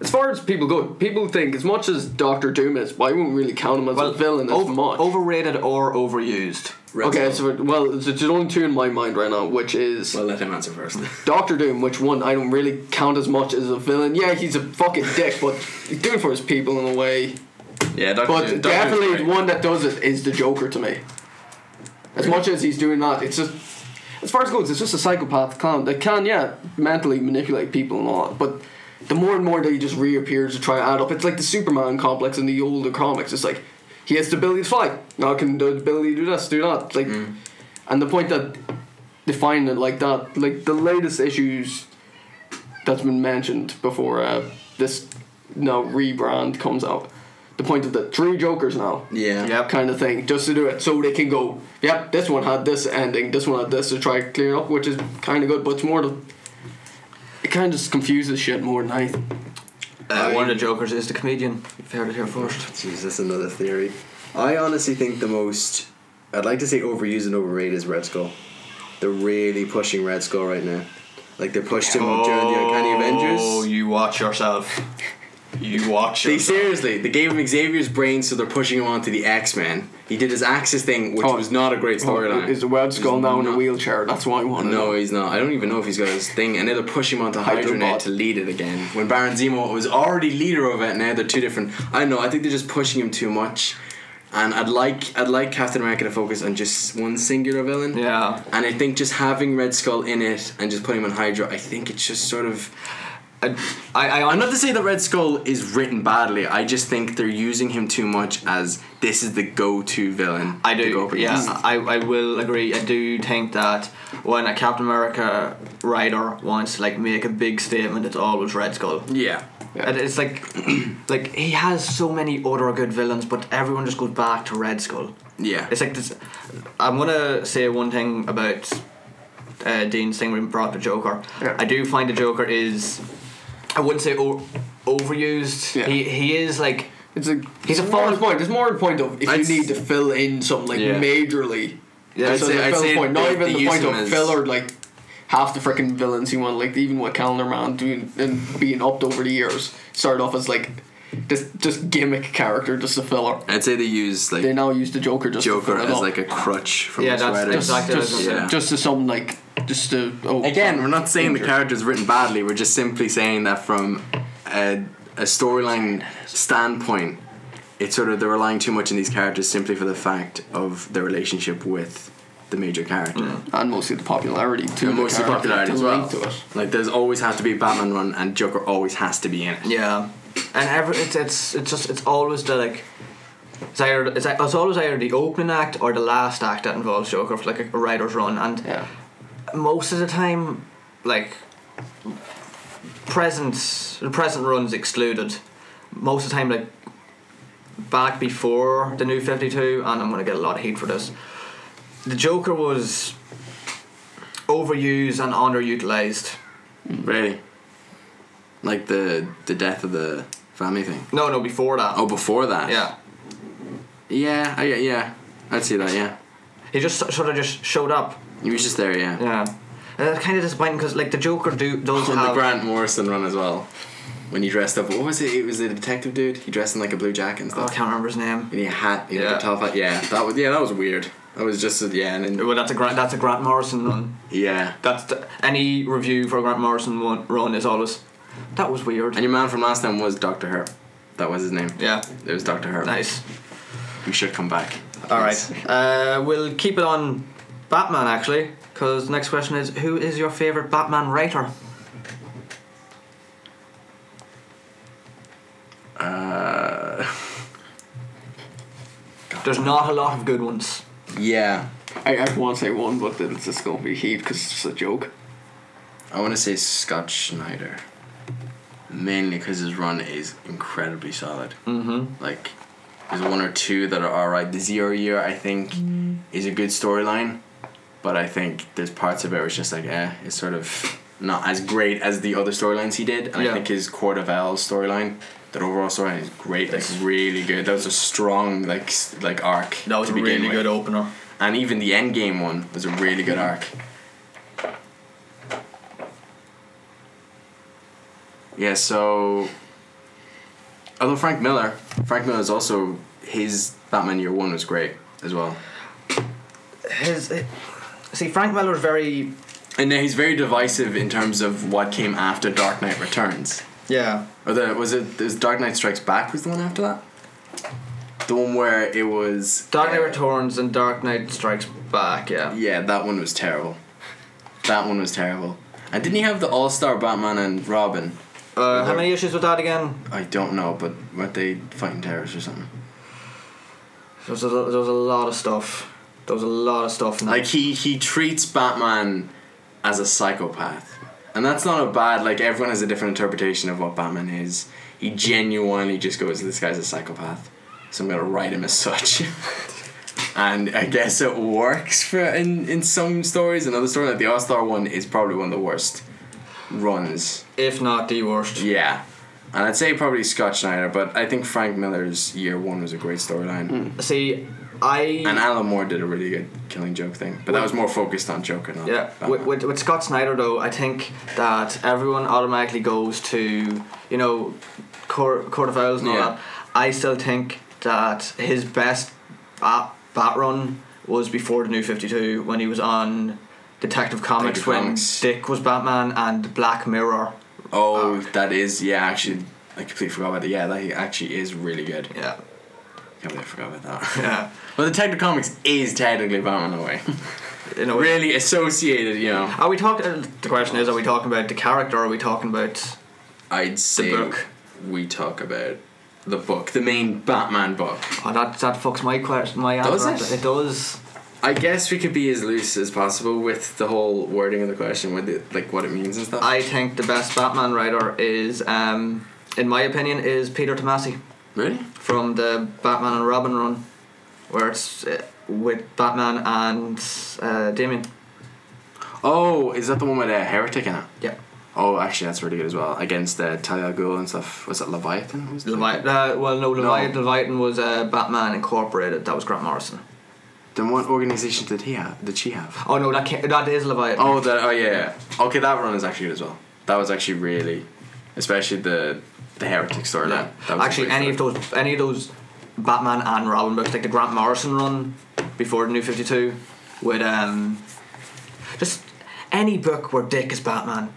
S3: As far as people go, people think as much as Doctor Doom is, but I won't really count him as a villain as
S1: ov-
S3: much.
S1: overrated or overused?
S2: Red
S3: okay,
S2: Skull.
S3: so well, there's there's only two in my mind right now, which is
S2: Well, let him answer first.
S3: Doctor Doom, which one I don't really count as much as a villain. Yeah, he's a fucking dick, but he's doing for his people in a way.
S2: yeah, Doctor.
S3: But definitely the one that does it is the Joker to me. As much as he's doing that, it's just as far as it goes, it's just a psychopath clown that can, yeah, mentally manipulate people and all that. But the more and more that he just reappears to try and add up, it's like the Superman complex in the older comics. It's like he has the ability to fly. Now I can do the ability to do this, do that. Like, and the point that define it like that, like the latest issues that's been mentioned before uh, this now rebrand comes out. The point of the three Jokers now
S2: Yeah.
S1: Yep.
S3: kind of thing, just to do it so they can go, yep, this one had this ending, this one had this to try to clear up, which is kind of good, but it's more to. It kind of just confuses shit more than anything.
S1: Uh,
S2: I-
S1: one of the jokers is the comedian. You've heard it here first.
S2: Jeez, that's another theory. I honestly think the most. I'd like to say overused and overrated is Red Skull. They're really pushing Red Skull right now. Like they pushed him during the Uncanny
S1: Oh,
S2: Avengers.
S1: you watch yourself. You watch
S2: They
S1: yourself.
S2: seriously, they gave him Xavier's brain, so they're pushing him onto the X Men. He did his Axis thing, which
S3: Oh.
S2: was not a great storyline.
S3: Is the Red
S2: It's
S3: Skull now in a
S2: not-
S3: wheelchair? That's why I want to know.
S2: No, he's not. I don't even know if he's got his thing. And they'll push him onto Hydronet
S3: Hydrobot.
S2: to lead it again. When Baron Zemo was already leader of it, now they're two different. I don't know. I think they're just pushing him too much. And I'd like I'd like Captain America to focus on just one singular villain.
S1: Yeah.
S2: And I think just having Red Skull in it and just putting him on Hydra, I think it's just sort of.
S1: I, I, I
S2: I'm not to say that Red Skull is written badly. I just think they're using him too much as this is the go-to villain.
S1: I
S2: to go
S1: do.
S2: up against.
S3: Mm.
S1: Yeah, I, I will agree. I do think that when a Captain America writer wants to like make a big statement, it's always Red Skull.
S2: Yeah.
S3: Yeah.
S1: And it's like, like he has so many other good villains, but everyone just goes back to Red Skull.
S2: Yeah.
S1: It's like this. I'm gonna say one thing about uh, Dean's thing when he brought up the Joker.
S3: Yeah.
S1: I do find the Joker is, I wouldn't say o- overused.
S3: Yeah.
S1: He he is like
S3: It's a
S1: He's a
S3: more
S1: false-
S3: the point. It's more the point of if
S2: I'd
S3: you need
S2: s-
S3: to fill in some like
S2: Yeah.
S3: majorly.
S1: Yeah, I'd
S3: so
S2: say-
S3: the
S2: I'd
S3: fill
S2: say
S3: point, not
S2: they-
S3: even
S2: they
S3: the
S2: use
S3: point
S2: him
S3: of
S2: as-
S3: filler like half the freaking villains you want. Like even what Calendar Man doing and being upped over the years started off as like this just gimmick character, just a filler.
S2: I'd say they use like
S3: They now use the Joker just
S2: Joker
S3: to fill it
S2: as
S3: up.
S2: like a crutch from
S1: Yeah,
S2: his
S1: that's
S2: writers.
S1: exactly what I was
S3: just,
S1: gonna
S2: say.
S3: just to some like just to oh
S2: Again,
S3: sorry.
S2: we're not saying the
S3: Injured.
S2: character's written badly. We're just simply saying that from a, a storyline standpoint, it's sort of they're relying too much on these characters simply for the fact of their relationship with the major character.
S1: Mm.
S3: and mostly the popularity too.
S2: And mostly popularity as well.
S3: To it.
S2: Like, there's always has to be a Batman run, and Joker always has to be in it.
S1: Yeah, and every it's it's it's just it's always the like. It's, either, it's, it's always either the opening act or the last act that involves Joker for like a writer's run, and
S3: Yeah.
S1: most of the time, like present the present runs excluded. Most of the time, like back before the new Fifty Two, and I'm gonna get a lot of heat for this. The Joker was overused and underutilized.
S2: Really? Like the the death of the family thing.
S1: No, no, before that.
S2: Oh, before that.
S1: Yeah,
S2: Yeah. I, yeah. I'd see that. Yeah.
S1: he just sort of just showed up.
S2: He was just there. Yeah.
S1: Yeah. And it's kind of disappointing because like the Joker do does
S2: on the
S1: have
S2: Grant Morrison run as well. When he dressed up, what was it? It was a detective dude. He dressed in like a blue jacket and
S1: oh, I
S2: stuff.
S1: can't remember his name.
S2: And he had a hat, he had
S1: Yeah.
S2: a top hat. Yeah, that was yeah, that was weird. That was just a, yeah, and then,
S1: Well, that's a Grant. That's a Grant Morrison run.
S2: yeah.
S1: That's the, any review for a Grant Morrison one, run is always that was weird.
S2: And your man from last time was Doctor Herb. That was his name.
S1: yeah,
S2: It was Doctor Herb.
S1: nice.
S2: We should come back.
S1: All
S2: Yes.
S1: right, uh, we'll keep it on Batman actually, because next question is who is your favorite Batman writer?
S2: Uh,
S1: There's not a lot of good ones.
S2: yeah,
S3: I, I want to say one, but then it's just gonna be heat because it's just a joke.
S2: I want to say Scott Schneider. Mainly because his run is incredibly solid.
S1: Mm-hmm.
S2: Like, there's one or two that are alright. The Zero Year, I think, is a good storyline, but I think there's parts of it where it's just like, eh, it's sort of not as great as the other storylines he did. And
S1: Yeah.
S2: I think his Court of Owls storyline, that overall storyline is great. Like, it's really good. That was a strong, like, s- like arc.
S1: That was
S2: to
S1: a
S2: begin
S1: really
S2: with.
S1: good opener.
S2: And even the Endgame one was a really good arc. Yeah, so. Although Frank Miller, Frank Miller's also. His Batman Year One was great as well.
S1: His eh, see Frank Miller's very
S2: And then he's very divisive in terms of what came after Dark Knight Returns.
S1: yeah
S2: Or the, was it was Dark Knight Strikes Back was the one after that? The one where it was
S1: Dark Knight
S2: uh,
S1: Returns and Dark Knight Strikes Back. Yeah.
S2: Yeah, that one was terrible. That one was terrible. And didn't he have the All Star Batman and Robin?
S1: Uh, how many issues with that again?
S2: I don't know, but weren't they fighting terrorists or something?
S1: There was a, there was a lot of stuff. There was a lot of stuff. In that.
S2: Like he he treats Batman as a psychopath, and that's not a bad. Like everyone has a different interpretation of what Batman is. He genuinely just goes, "This guy's a psychopath," so I'm gonna write him as such. and I guess it works for in in some stories. Another story like the All Star one is probably one of the worst runs
S1: if not the worst.
S2: Yeah. And I'd say probably Scott Schneider, but I think
S1: Hmm.
S2: Frank Miller's year one was a great storyline.
S1: See,
S2: And
S1: I
S2: Alan Moore did a really good Killing Joke thing, but that was more focused on Joker. Not
S1: Yeah,
S2: Batman.
S1: with, with, with Scott Snyder though, I think that everyone automatically goes to you know Court, court of Owls and all
S2: Yeah.
S1: that. I still think that his best bat, bat run was before the New Fifty Two when he was on Detective Comics when
S2: Comics.
S1: Dick was Batman and Black Mirror.
S2: oh,
S1: uh,
S2: that is yeah. Actually, I completely forgot about that. Yeah, that actually is really good.
S1: Yeah,
S2: Can't believe I forgot about that.
S1: yeah,
S2: well, Detective Comics is technically Batman away.
S1: you know.
S2: really associated, you know.
S1: Are we talking? uh, The question is: Are we talking about the character? Or are we talking about?
S2: I'd say
S1: book.
S2: we talk about the book, the main Batman book.
S1: Oh, that that fucks my question. My
S2: Does
S1: answer.
S2: it?
S1: up. does.
S2: I guess we could be as loose as possible with the whole wording of the question, with it, like what it means and stuff.
S1: I think the best Batman writer is, um, in my opinion, is Peter Tomasi
S2: really?
S1: from the Batman and Robin run, where it's uh, with Batman and uh, Damien.
S2: Oh, is that the one with a heretic in it?
S1: Yeah,
S2: Oh, actually, that's really good as well. Against uh, Talia Ghul and stuff. Was it Leviathan? Who's the-
S1: Levi- uh, well, no, Levi- Leviathan was uh, Batman Incorporated. That was Grant Morrison.
S2: Then what organization did he have? Did she have?
S1: Oh no, that can't, that is Leviathan.
S2: Oh, that. Oh yeah. yeah. Okay, that run is actually good as well. That was actually really, especially the the heretic storyline.
S1: Yeah.
S2: That was
S1: Actually,
S2: great
S1: any
S2: story.
S1: of those, any of those Batman and Robin books, like the Grant Morrison run before the New Fifty Two, with um, just any book where Dick is Batman.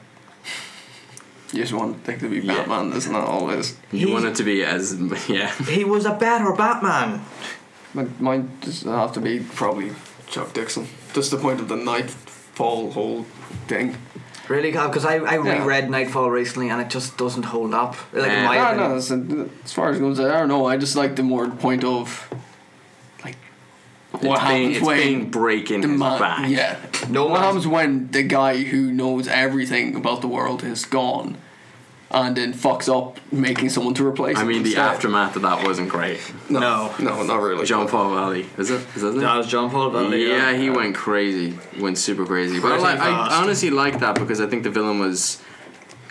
S3: You just want Dick to be
S2: Yeah.
S3: Batman, isn't that always?
S2: You
S1: He-
S2: want it to be as yeah.
S1: He was a better Batman.
S3: Like, mine does have to be probably Chuck Dixon. Just the point of the nightfall whole thing.
S1: Really, because I, I
S3: Yeah.
S1: reread Nightfall recently and it just doesn't hold up. Like in
S2: Nah.
S1: my
S3: No,
S1: opinion,
S3: Ah, no, it's- as far as it goes, I don't know. I just like the more point of like
S2: it's
S3: what
S2: being,
S3: happens
S2: it's
S3: when
S2: being breaking
S3: the
S2: his
S3: man,
S2: back.
S3: yeah,
S1: No
S3: what
S1: one's-
S3: happens when the guy who knows everything about the world is gone, and then fucks up making someone to replace.
S2: I
S3: him
S2: mean, the
S3: instead.
S2: aftermath of that wasn't great.
S1: No.
S3: no, not really.
S2: Jean Paul Valley, is it? Is that his name?
S1: that was John Paul. Valley,
S2: yeah, he went crazy, went super crazy. But I,
S1: Pretty
S2: like,
S1: fast.
S2: I honestly like that because I think the villain was,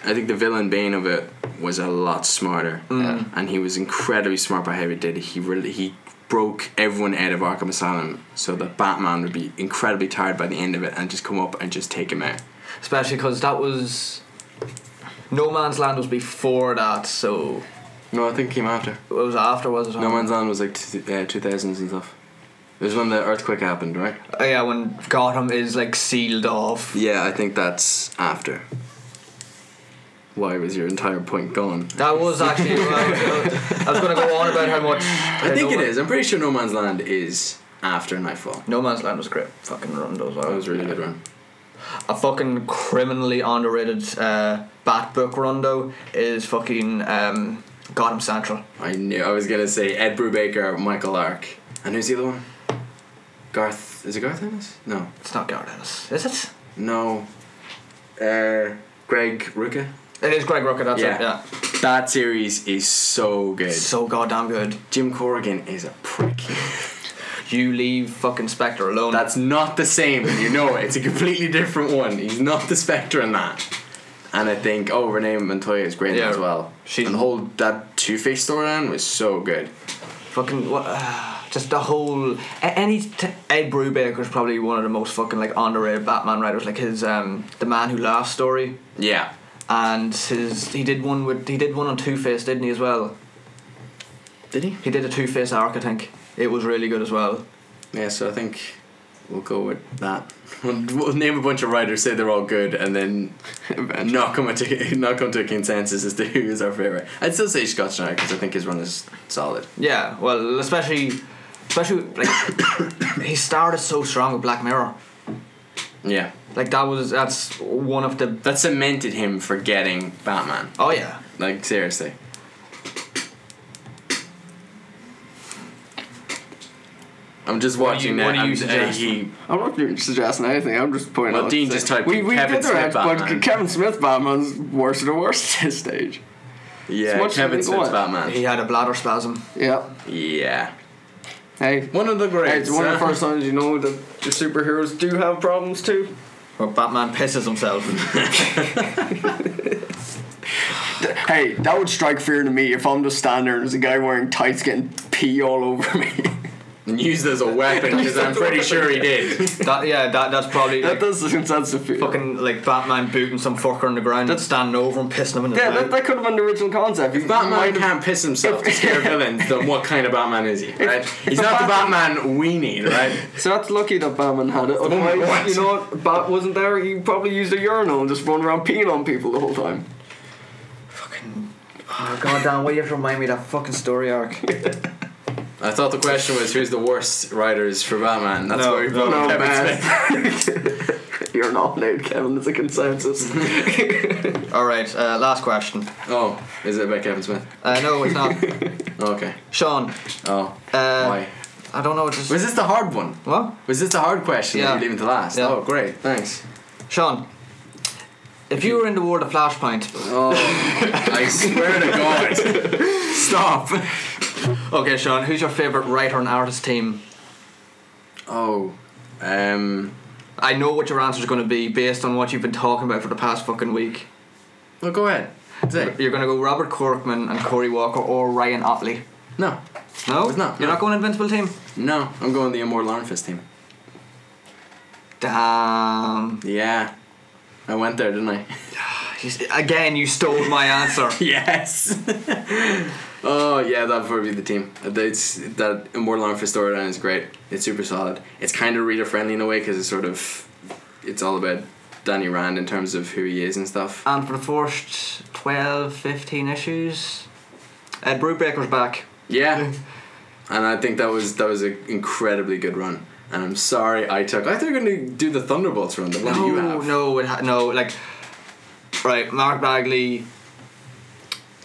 S2: I think the villain Bane of it was a lot smarter, and he was incredibly smart by how he did. it. He really he broke everyone out of Arkham Asylum, so that Batman would be incredibly tired by the end of it and just come up and just take him out.
S1: Especially because that was No Man's Land was before that, so
S2: No, I think it came after.
S1: it was after, was it?
S2: No Man's Land was like t- uh, 2000s and stuff. It was when the earthquake happened, right?
S1: Uh, yeah, when Gotham is like sealed off.
S2: Yeah, I think that's after. Why was your entire point gone?
S1: That was actually. I was going to go on about how much.
S2: I think it is. I'm pretty sure No Man's Land is after Nightfall.
S1: No Man's Land was a great fucking run, though. as well.
S2: That was a really good run.
S1: a fucking criminally underrated uh, bat book run though is fucking um, Gotham Central.
S2: I knew. I was gonna say Ed Brubaker, Michael Lark, and who's the other one? Garth. Is it Garth Ennis? No.
S1: It's not Garth Ennis, is it?
S2: No. Uh, Greg Rucka.
S1: It is Greg Rucka. That's it. Yeah.
S2: That series is so good.
S1: It's so goddamn good.
S2: Jim Corrigan is a prick.
S1: You leave fucking Spectre alone.
S2: That's not the same. You know it. It's a completely different one. He's not the Spectre in that. And I think oh Renee Montoya is great in
S1: Yeah,
S2: as well.
S1: she's-
S2: and the whole that Two Face storyline was so good.
S1: fucking what? Uh, just the whole. a- Any t- Ed Brubaker is probably one of the most fucking like underrated Batman writers. Like his um, the Man Who Laughs story.
S2: Yeah.
S1: And his he did one with he did one on Two Face didn't he as well?
S2: Did he?
S1: He did a Two Face arc I think. It was really good as well.
S2: Yeah. So I think we'll go with that. We'll, we'll name a bunch of writers, say they're all good, and then not come to not come to a consensus as to who is our favorite. I'd still say Scott Snyder because I think his run is solid.
S1: Yeah, well, especially, especially like he started so strong with Black Mirror.
S2: Yeah.
S1: Like that was that's one of the
S2: That cemented him for getting Batman.
S1: oh yeah.
S2: Like seriously. I'm just
S1: What do
S2: watching
S1: you- what
S2: now.
S1: do you
S2: I'm- uh,
S1: suggest?
S2: he,
S3: I'm not really suggesting anything. I'm just pointing
S2: Well,
S3: out.
S2: Dean
S3: that-
S2: just typed
S3: we,
S2: in
S3: we
S2: Kevin
S3: did that,
S2: Smith Batman.
S3: but Kevin Smith Batman's worse than the worst at this stage.
S2: yeah,
S3: much as
S2: Kevin
S3: we
S2: Smith's
S3: want.
S2: Batman.
S1: He had a bladder spasm.
S3: Yeah.
S2: Yeah,
S3: Hey.
S2: one of the
S3: Hey,
S2: greats.
S3: it's one of the
S2: huh?
S3: first times you know that the superheroes do have problems too.
S1: Where Batman pisses himself.
S3: Hey, that would strike fear into me if I'm just standing there and there's a guy wearing tights getting pee all over me.
S2: and used as a weapon because I'm pretty sure he did.
S1: That yeah, that that's probably
S3: That
S1: like,
S3: does sound severe.
S1: fucking like Batman booting some fucker on the ground, and
S3: That's-
S1: standing over and pissing him in the
S3: yeah,
S1: mouth.
S3: that, that could have been the original concept. You
S2: Batman
S3: might have-
S2: can't piss himself to scare villains. Then what kind of Batman is he? Right? He's
S3: if
S2: not the
S3: Batman-
S2: Batman we need, right?
S3: So that's lucky that Batman had it.
S2: my God.
S3: Otherwise, you know what? Bat wasn't there. He probably used a urinal and just run around peeing on people the whole time.
S1: Fucking oh god damn! Why do you have to remind me of that fucking story arc?
S2: I thought the question was who's the worst writers for Batman. That's
S1: No,
S2: where we
S1: no,
S2: put
S3: no,
S2: Kevin
S3: man.
S2: Smith.
S3: You're not allowed, Kevin. It's a consensus.
S1: All right, uh, last question.
S2: Oh, is it about Kevin Smith?
S1: Uh, no, it's not.
S2: Okay.
S1: Sean,
S2: Oh,
S1: Uh,
S2: why?
S1: I don't know. Just
S2: Was this the hard one?
S1: what?
S2: Was this the hard question
S1: Yeah.
S2: that you're leaving to last?
S1: Yeah.
S2: Oh, great. Thanks.
S1: Sean, if you were in the world of Flashpoint,
S2: Oh, I swear to God. Stop.
S1: okay, Sean, who's your favorite writer and artist team?
S2: Oh, um,
S1: I know what your answer's going to be based on what you've been talking about for the past fucking week.
S2: well, go ahead. Say.
S1: You're going to go Robert Kirkman and Corey Walker or Ryan Otley.
S2: No,
S1: No,
S2: It's not,
S1: You're
S2: no.
S1: not going Invincible team.
S2: no, I'm going the Immortal Arnfist team.
S1: Damn.
S2: Yeah. I went there, didn't I?
S1: You s- Again, you stole my answer.
S2: Yes. oh yeah, that would probably be the team. That's that Immortal Arm for storyline is great. It's super solid. It's kind of reader friendly in a way because it's sort of, it's all about Danny Rand in terms of who he is and stuff.
S1: and for the first 12, 15 issues, Ed Brubaker's back.
S2: Yeah. And I think that was that was an incredibly good run. And I'm sorry I took. I thought you were going to do the Thunderbolts run. The one that you
S1: No,
S2: have.
S1: no, it ha- no. Like, right, Mark Bagley.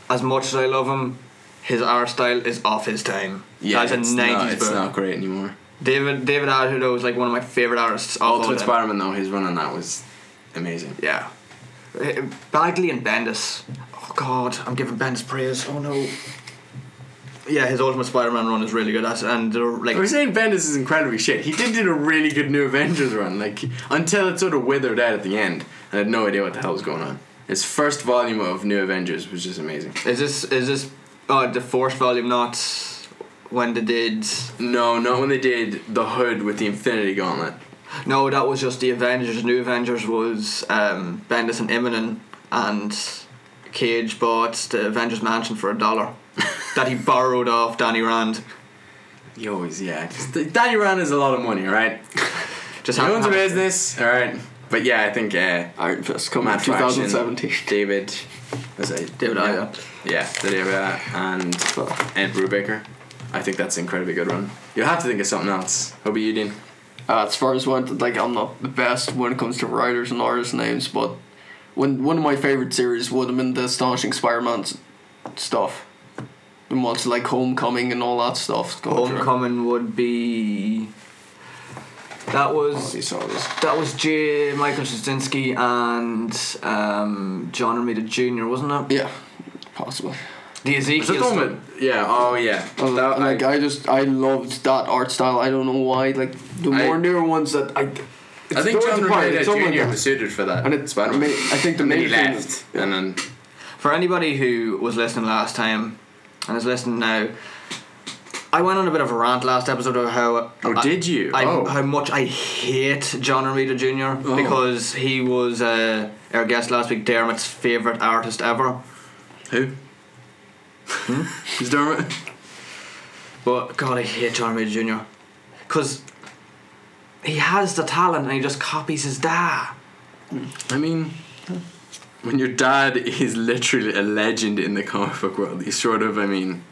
S1: As much as I love him, his art style is off his time.
S2: Yeah,
S1: That's a
S2: it's,
S1: nineties
S2: not, it's
S1: book.
S2: not great anymore.
S1: David David Attenborough is like one of my favorite artists. Of all
S2: Ultimate
S1: time.
S2: Spider-Man though, his run on that was amazing.
S1: Yeah, Eh, Bagley and Bendis. Oh God, I'm giving Bendis praise. Oh no. Yeah, his Ultimate Spider-Man run is really good. That's, and they're like
S2: We're saying Bendis is incredibly shit. He did did a really good New Avengers run, like until it sort of withered out at the end. I had no idea what the hell was going on. His first volume of New Avengers was just amazing.
S1: Is this is this uh, the fourth volume? Not when they did.
S2: No, not when they did the Hood with the Infinity Gauntlet.
S1: No, that was just the Avengers. New Avengers was um, Bendis and Immonen, and Cage bought the Avengers Mansion for a dollar that he borrowed off Danny Rand.
S2: He always, yeah. Just, Danny Rand is a lot of money, right?
S1: Just
S2: He
S1: happened
S2: owns a
S1: to have-
S2: business, all right. But yeah, I think uh,
S3: Iron Fist coming
S2: Matt Fraction,
S3: 2017.
S2: David, was it
S1: David
S2: yeah.
S1: Ayer.
S2: yeah, David Ayer and Ed Brubaker. I think that's an incredibly good run. You'll have to think of something else. How about you, Dean?
S3: Uh, as far as when, like, I'm not the best when it comes to writers and artist names, but when one of my favorite series would have been the Astonishing Spider-Man s- stuff, and what's like Homecoming and all that stuff. going through.
S1: Homecoming would be. That was
S3: Obviously saw this.
S1: that was J. Michael Straczynski and um, John Romita Jr. wasn't it?
S3: Yeah, possibly.
S1: The
S2: Is that
S1: Ezekiel.
S2: the one
S1: stuff.
S2: with- Yeah. Oh yeah.
S3: Oh,
S2: That-
S3: like I, just I loved that art style. I don't know why. Like the
S2: I-
S3: more newer ones that I.
S2: I think John Romita Jr. was
S3: was.
S2: suited for that.
S3: And it's I
S2: Spider-Man.
S3: mean, I think the
S2: And then
S3: main
S2: he
S3: thing.
S2: left, and then
S1: For anybody who was listening last time and is listening now, I went on a bit of a rant last episode of how.
S2: Oh,
S1: I-
S2: did you?
S1: I,
S2: Oh.
S1: How much I hate John Romita Jr.
S2: Oh.
S1: because he was uh, our guest last week, Dermot's favourite artist ever.
S2: who? Is Dermot?
S1: But God, I hate John Romita Jr. Because he has the talent and he just copies his dad.
S2: I mean, when your dad is literally a legend in the comic book world, he's sort of. I mean,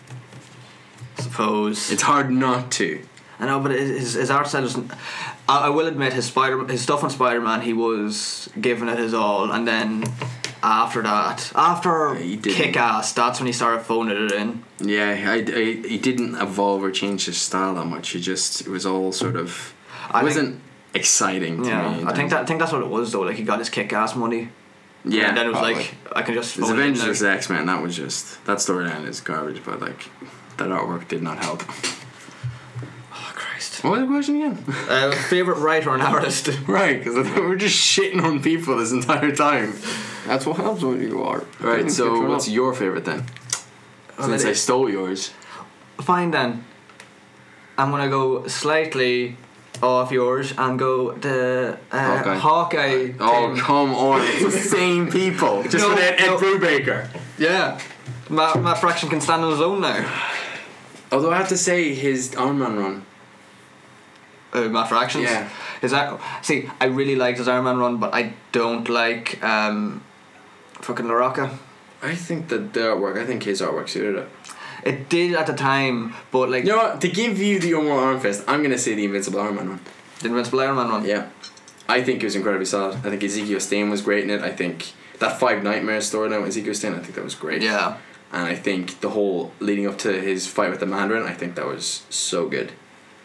S1: Suppose
S2: it's hard not to.
S1: I know, but his his art style doesn't. I, I will admit his Spider his stuff on Spider Man he was giving it his all, and then after that, after
S2: Yeah, he didn't.
S1: Kick Ass, that's when he started phoning it in.
S2: Yeah, I, I- he didn't evolve or change his style that much. He just it was all sort of.
S1: I think-
S2: it wasn't exciting to
S1: Yeah,
S2: me.
S1: I think that I think that's what it was though. Like he got his Kick Ass money.
S2: Yeah,
S1: and then it was
S3: probably.
S1: like oh, I can just.
S2: His
S1: phone it in
S2: Avengers
S1: now.
S2: vs X Men, that was just that storyline is garbage, but like that artwork did not help.
S1: Oh Christ!
S2: What was the question again?
S1: Uh, favorite writer and artist.
S2: right, because we're just shitting on people this entire time.
S3: That's what happens when you are.
S2: Right, so what's your favorite then?
S1: Well,
S2: Since
S1: it
S2: I
S1: is-
S2: stole yours,
S1: Fine then. I'm gonna go slightly off yours and go the uh,
S2: Hawkeye.
S1: Hawkeye.
S2: Oh
S1: thing.
S2: come on! It's the same people. Just
S1: No,
S2: without Ed
S1: no.
S2: Brubaker.
S1: yeah. My, my fraction can stand on his own now.
S2: Although I have to say, his Iron Man run.
S1: Uh, my fractions.
S2: Yeah.
S1: Is that see? I really liked his Iron Man run, but I don't like um, fucking Larocca.
S2: I think that the artwork. I think his artwork suited it.
S1: It did at the time, but like
S2: You know what? To give you the Immortal Iron Fist, I'm gonna say the Invincible Iron Man one.
S1: the Invincible Iron Man run.
S2: Yeah, I think it was incredibly solid. I think Ezekiel Stain was great in it. I think that Five Nightmares storyline with Ezekiel Stain, I think that was great.
S1: Yeah.
S2: and I think the whole leading up to his fight with the Mandarin, I think that was so good.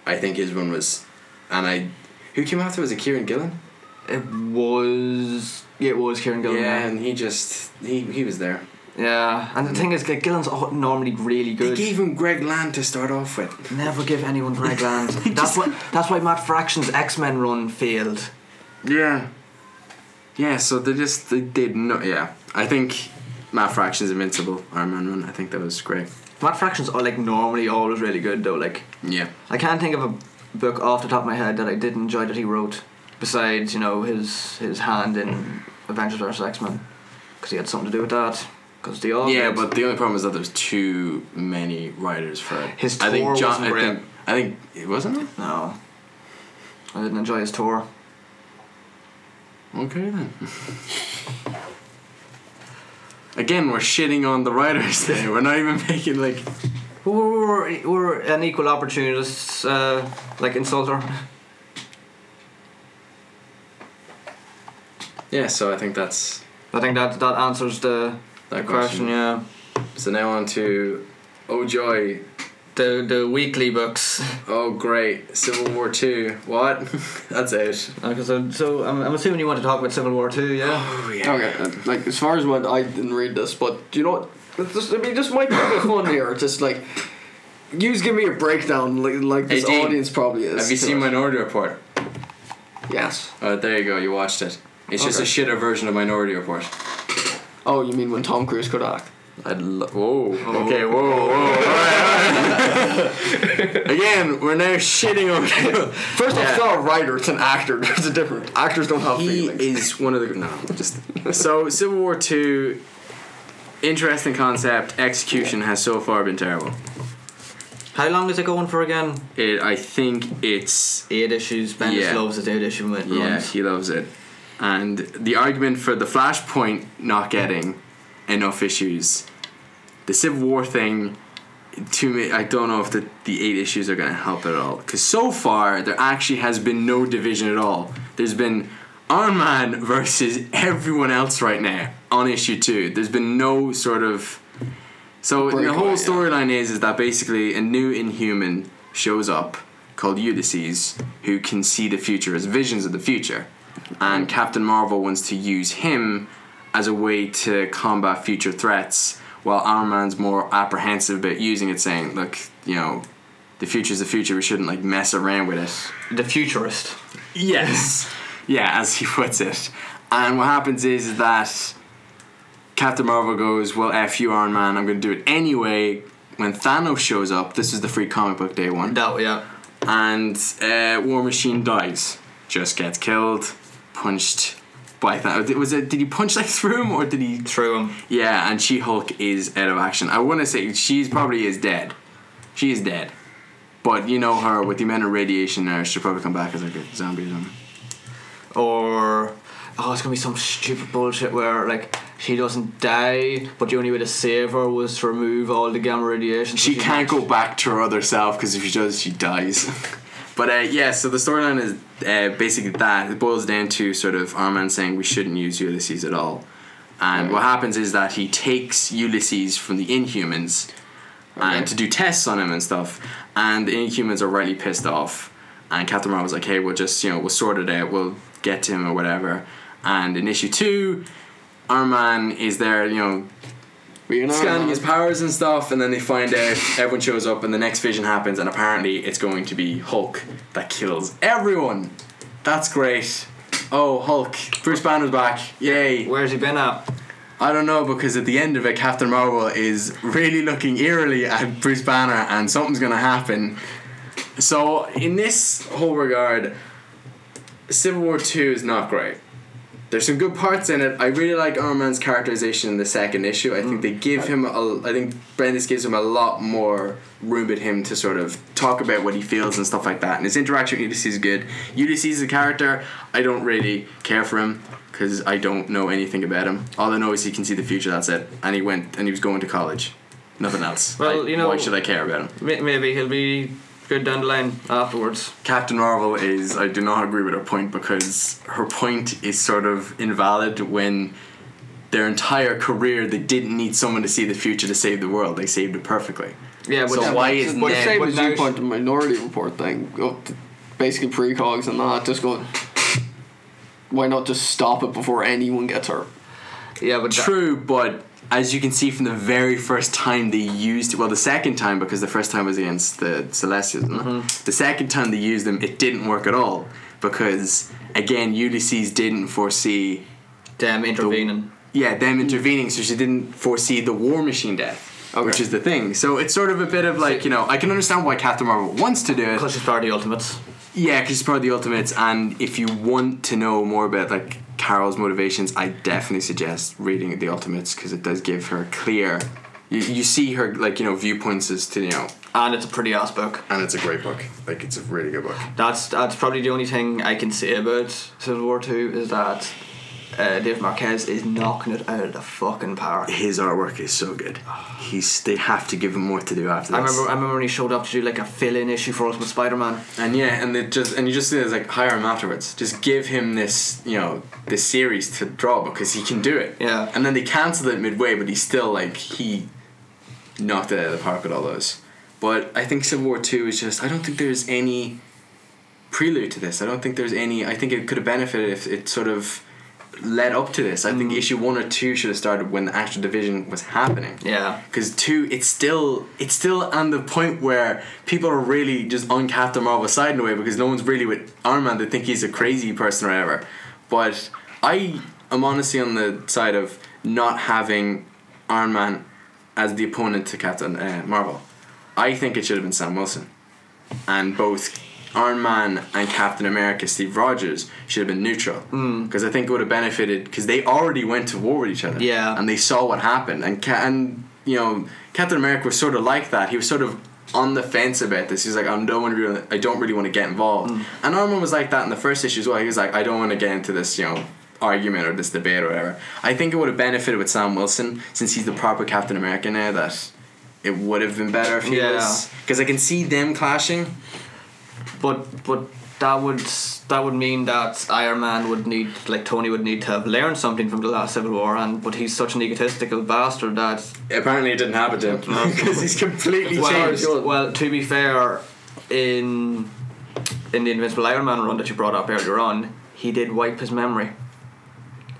S2: I think his run was, and I, who came after was it Kieran Gillen?
S1: It was. Yeah, it was Kieran Gillen.
S2: yeah, and he just he he was there.
S1: Yeah, and the thing is, like, Gillen's al- normally really
S2: They
S1: good.
S2: gave him Greg Land to start off with.
S1: Never give anyone Greg Land. that's why. That's why Matt Fraction's X Men run failed.
S2: Yeah. Yeah, so they just they did no. Yeah, I think Matt Fraction's Invincible Iron Man run. I think that was great.
S1: Matt Fraction's are like normally always really good though. Like,
S2: Yeah.
S1: I can't think of a book off the top of my head that I did enjoy that he wrote. Besides, you know, his his hand in Avengers vs X Men, because he had something to do with that. Because the all
S2: Yeah,
S1: did.
S2: but the only problem is that there's too many writers for it.
S1: His
S2: I think
S1: tour
S2: John.
S1: wasn't
S2: I
S1: great.
S2: think I think it wasn't it.
S1: no, I didn't enjoy his tour.
S2: Okay then. Again, we're shitting on the writers there. We're not even making like.
S1: We're, we're, we're an equal opportunist, uh, like insulter.
S2: Yeah, so I think that's
S1: I think that that answers the
S2: that
S1: question.
S2: question.
S1: Yeah,
S2: So now on to, oh joy,
S1: the the weekly books.
S2: oh great, Civil War Two. What? that's it.
S1: Okay, so so I'm, I'm assuming you want to talk about Civil War too, yeah?
S2: Oh
S3: Okay, uh, like as far as when I didn't read this, but do you know what? This, this- I mean, this might be a bit fun here. It's Just like, you just give me a breakdown, like, like this
S2: Hey, Dean,
S3: audience probably is.
S2: Have you
S3: to
S2: seen
S3: it.
S2: Minority Report?
S3: Yes.
S2: Oh, there you go. You watched it. It's just a
S3: Okay.
S2: shitter version of Minority Report.
S3: Oh, you mean when Tom Cruise could act?
S2: I'd lo- whoa. Okay, whoa, whoa. all right, all right. Again, we're now shitting on
S3: First off,
S2: Yeah.
S3: it's not a writer; it's an actor. There's a difference. Actors don't have
S2: he
S3: feelings.
S2: is one of the no just so civil war 2 interesting concept execution has so far been terrible
S1: How long is it going for again?
S2: it i think it's
S1: Eight issues. Bendis
S2: Yeah.
S1: loves his eight issue with
S2: yeah
S1: runs.
S2: he loves it and the argument for the flashpoint not getting enough issues the civil war thing to me i don't know if the, the eight issues are going to help at all because so far there actually has been no division at all there's been iron man versus everyone else right now on issue two there's been no sort of so the
S3: Breakaway,
S2: whole
S3: yeah.
S2: storyline is is that basically a new inhuman shows up called ulysses who can see the future as visions of the future and captain marvel wants to use him as a way to combat future threats, while Iron Man's more apprehensive about using it, saying, "Look, you know, the future's the future. We shouldn't like mess around with it."
S1: The futurist.
S2: Yes. yeah, as he puts it. And what happens is, is that Captain Marvel goes, Well, F you, Iron Man, I'm going to do it anyway. When Thanos shows up, this is the free comic book day one,
S1: That yeah.
S2: and uh, War Machine dies. Just gets killed, punched by Thanos. Was it, did he punch like through him or did he
S1: Through him.
S2: yeah, and She Hulk is out of action. I want to say she's probably is dead. She is dead. But you know her with the amount of radiation there, she'll probably come back as like a zombie or something.
S1: Or oh, it's gonna be some stupid bullshit where like she doesn't die, but the only way to save her was to remove all the gamma radiation. so
S2: She
S1: she's
S2: can't
S1: not-
S2: go back to her other self because if she does, she dies. but uh, yeah, so the storyline is uh, basically that. It boils down to sort of Iron Man saying we shouldn't use Ulysses at all. And what happens is that he takes Ulysses from the Inhumans
S3: Okay.
S2: and to do tests on him and stuff. And the Inhumans are rightly pissed off. And Captain Marvel was like, hey, we'll just, you know, we'll sort it out. We'll get to him or whatever. And in issue two, Iron Man is there, you know,
S3: But you know,
S2: scanning his powers and stuff, and then they find out everyone shows up, and the next vision happens, and apparently it's going to be Hulk that kills everyone. That's great. Oh, Hulk. Bruce Banner's back. Yay.
S1: Where's he been at?
S2: I don't know because at the end of it, Captain Marvel is really looking eerily at Bruce Banner, and something's gonna happen. So in this whole regard, Civil War Two is not great. There's some good parts in it. I really like Iron Man's characterization in the second issue. I
S1: Mm.
S2: think they give him a. I think Bendis gives him a lot more room with him to sort of talk about what he feels and stuff like that. And his interaction with Ulysses is good. Ulysses is a character I don't really care for him because I don't know anything about him. All I know is he can see the future. That's it. And he went and he was going to college. Nothing else.
S1: Well,
S2: I-
S1: you know-
S2: why should I care about him?
S1: May- Maybe he'll be good down the line afterwards.
S2: Captain Marvel is I do not agree with her point because her point is sort of invalid when their entire career they didn't need someone to see the future to save the world. They saved it perfectly.
S1: Yeah, but
S2: So
S1: yeah,
S2: why
S3: but-
S2: is
S3: but
S2: Ned-
S3: same
S2: but
S3: as
S2: now
S3: you
S2: sh-
S3: point the Minority Report thing, up to basically precogs and that, just going. Why not just stop it before anyone gets hurt?
S1: yeah, but that-
S2: True, but as you can see from the very first time they used well the second time because the first time was against the Celestials. wasn't it?
S1: Mm-hmm.
S2: The second time they used them, it didn't work at all because again Ulysses didn't foresee
S1: them intervening.
S2: yeah, them intervening, so she didn't foresee the war machine death, which is the thing. So it's sort of a bit of like you know, I can understand why Captain Marvel wants to do it.
S1: Because she's part of the Ultimates.
S2: Yeah, because she's part of the Ultimates, and if you want to know more about like Carol's motivations, I definitely suggest reading the Ultimates because it does give her clear. You, you see her like you know viewpoints as to you know,
S1: And it's a pretty ass book.
S2: and it's a great book. Like it's a really good book.
S1: That's that's probably the only thing I can say about Civil War Two is that uh, Dave Marquez is knocking it out of the fucking park.
S2: His artwork is so good. He's they have to give him more to do after this.
S1: I remember I remember when he showed up to do like a fill in issue for Ultimate Spider Man.
S2: And yeah, and it just and you just see it's like hire him afterwards. Just give him this, you know, this series to draw because he can do it.
S1: Yeah.
S2: And then they cancelled it midway, but he's still like he knocked it out of the park with all those. But I think Civil War Two is just I don't think there's any prelude to this. I don't think there's any. I think it could have benefited if it sort of led up to this. I
S1: Mm.
S2: think issue one or two should have started when the actual division was happening
S1: Yeah.
S2: because two, it's still it's still on the point where people are really just on Captain Marvel's side in a way because no one's really with Iron Man. They think he's a crazy person or whatever. But I am honestly on the side of not having Iron Man as the opponent to Captain uh, Marvel. I think it should have been Sam Wilson, and both. Iron Man and Captain America, Steve Rogers, should have been neutral
S1: Hmm.
S2: because I think it would have benefited because they already went to war with each other
S1: Yeah.
S2: and they saw what happened and ca- and you know Captain America was sort of like that he was sort of on the fence about this he's like I don't want to really, I don't really want to get involved
S1: Hmm.
S2: and Armin was like that in the first issue as well he was like I don't want to get into this you know argument or this debate or whatever I think it would have benefited with Sam Wilson since he's the proper Captain America now that it would have been better if he
S1: Yeah.
S2: was because I can see them clashing
S1: But but that would that would mean that Iron Man would need like Tony would need to have learned something from the last Civil War and but he's such an egotistical bastard that
S2: apparently it didn't happen to him because he's completely
S1: well,
S2: changed
S1: well to be fair in in the Invincible Iron Man run that you brought up earlier on he did wipe his memory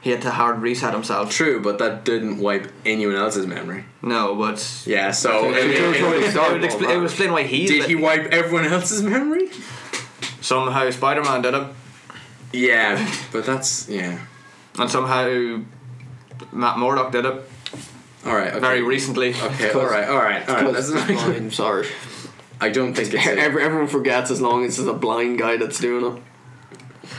S1: he had to hard reset himself
S2: true but that didn't wipe anyone else's memory
S1: no but
S2: yeah so
S3: It was already
S1: it would,
S3: started
S1: expl- it would explain why he
S2: Did he wipe everyone else's memory?
S1: somehow Spider Man did it
S2: Yeah, but that's yeah.
S1: and somehow Matt Murdock did it
S2: All right. Okay.
S1: very recently
S2: Okay. All right. All right. All right. That's not
S3: I'm sorry.
S2: I don't think it's.
S3: Every, everyone forgets as long as it's a blind guy that's doing it.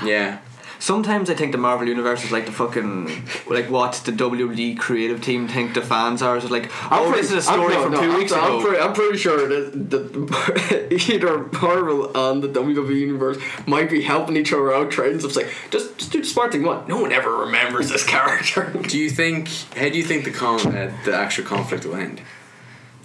S2: yeah.
S1: Sometimes I think the Marvel Universe is like the fucking like what the WWE creative team think the fans are. It's like, oh, this is a story
S3: I'm- no,
S1: from
S3: no,
S1: 2
S3: I'm-
S1: weeks
S3: I'm
S1: ago.
S3: pretty, I'm pretty sure that, that either Marvel and the WWE universe might be helping each other out, trying to like just just do the smart thing. What? No one ever remembers this character.
S2: Do you think? How do you think the con uh, the actual conflict will end?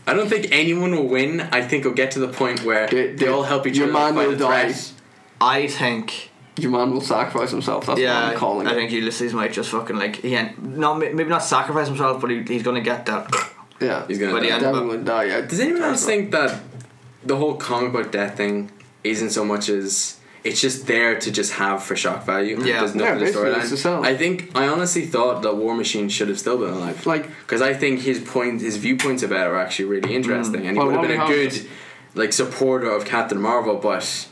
S2: I don't think anyone will win. I think it'll get to the point where
S3: They-
S2: they,
S3: they-
S2: all help each
S3: your
S2: other
S3: man
S2: fight
S3: will
S2: a
S3: die.
S2: threat.
S1: I think,
S3: Your man will sacrifice himself. That's what
S1: yeah,
S3: I'm calling.
S1: I
S3: it.
S1: think Ulysses might just fucking like he end, not ma- maybe not sacrifice himself, but he, he's gonna get that.
S3: Yeah,
S2: He's gonna
S1: But
S2: die.
S1: yeah,
S3: Definitely would die. Yeah.
S2: Does anyone else
S3: Terrible.
S2: think that the whole comic book death thing isn't so much as it's just there to just have for shock value?
S1: Yeah.
S2: There's
S3: Yeah,
S2: nothing to
S3: basically, it's to
S2: storyline.
S3: sell.
S2: I think I honestly thought that War Machine should have still been alive.
S3: Like-
S2: because I think his point, his viewpoints about it are actually really interesting, and he
S3: Mm. Well,
S2: would have
S3: what
S2: been a
S3: we
S2: good
S3: have-
S2: like supporter of Captain Marvel, but.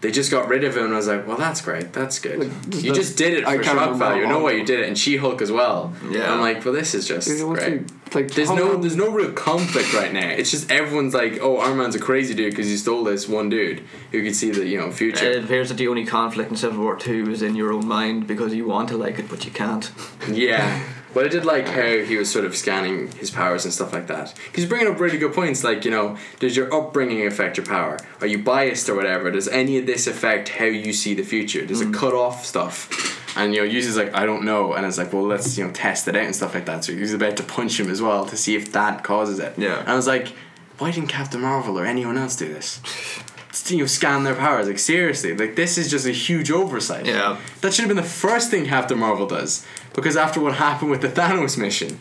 S2: They just got rid of him, and I was like, "Well, that's great. That's good.
S3: Like, just
S2: you
S3: the-
S2: just did it
S3: I
S2: for
S3: can't
S2: shock
S3: remember how
S2: value. No
S3: long
S2: way
S3: ago.
S2: you did it." And She Hulk as well.
S1: Yeah.
S2: I'm like, "Well, this is just
S3: Yeah, what's
S2: great."
S3: he- It's Like
S2: There's
S3: how
S2: no
S3: come-
S2: there's no real conflict right now. It's just everyone's like, oh, our man's a crazy dude because he stole this one dude who could see the you know
S1: It
S2: future.
S1: appears that Uh, the only conflict in Civil War Two is in your own mind because you want to like it but you can't.
S2: yeah. But I did like how he was sort of scanning his powers and stuff like that. Because you're bringing up really good points, like, you know, does your upbringing affect your power? Are you biased or whatever? Does any of this affect how you see the future? Does it cut off stuff? And, you know, Yuzu's like, I don't know. And it's like, well, let's, you know, test it out and stuff like that. So he's about to punch him as well to see if that causes it.
S1: Yeah.
S2: And I was like, why didn't Captain Marvel or anyone else do this? You know, scan their powers. Like, seriously, like, this is just a huge oversight.
S1: Yeah.
S2: That should have been the first thing Captain Marvel does. Because after what happened with the Thanos mission,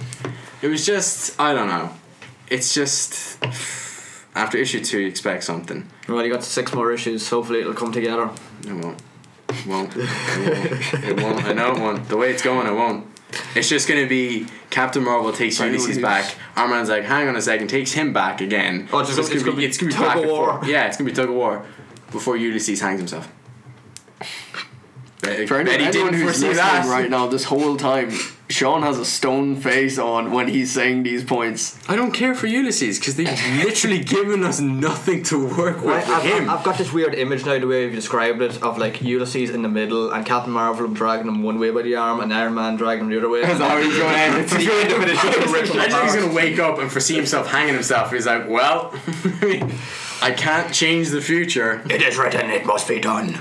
S2: it was just, I don't know. It's just. After issue two, you expect something.
S1: Well, you got six more issues. Hopefully, it'll come together.
S2: It won't. It won't. It won't. It won't. I know it won't. The way it's going, it won't. It's just going to be Captain Marvel takes
S3: I know
S2: Ulysses
S3: it is.
S2: back. Iron Man's like, hang on a second, takes him back again.
S1: Oh, it's just- it's
S2: gonna
S1: gonna be
S2: it's gonna
S1: tug of
S2: and
S1: war.
S2: forth. Yeah, it's going to be tug of war before Ulysses hangs himself. Bet,
S3: For
S2: bet
S3: anyone,
S2: he
S3: anyone
S2: didn't
S3: who's
S2: foresee
S3: listening
S2: that.
S3: right now, this whole time, Sean has a stone face on when he's saying these points.
S2: I don't care for Ulysses because they've literally given us nothing to work with
S1: I,
S2: with
S1: I've,
S2: him.
S1: I've got this weird image now, the way you've described it, of like Ulysses in the middle and Captain Marvel dragging him one way by the arm and Iron Man dragging him the other way.
S3: That's how he's going to end it.
S2: I think he's gonna wake up and foresee himself hanging himself. He's like, well, I mean, I can't change the future.
S1: It is written, it must be done.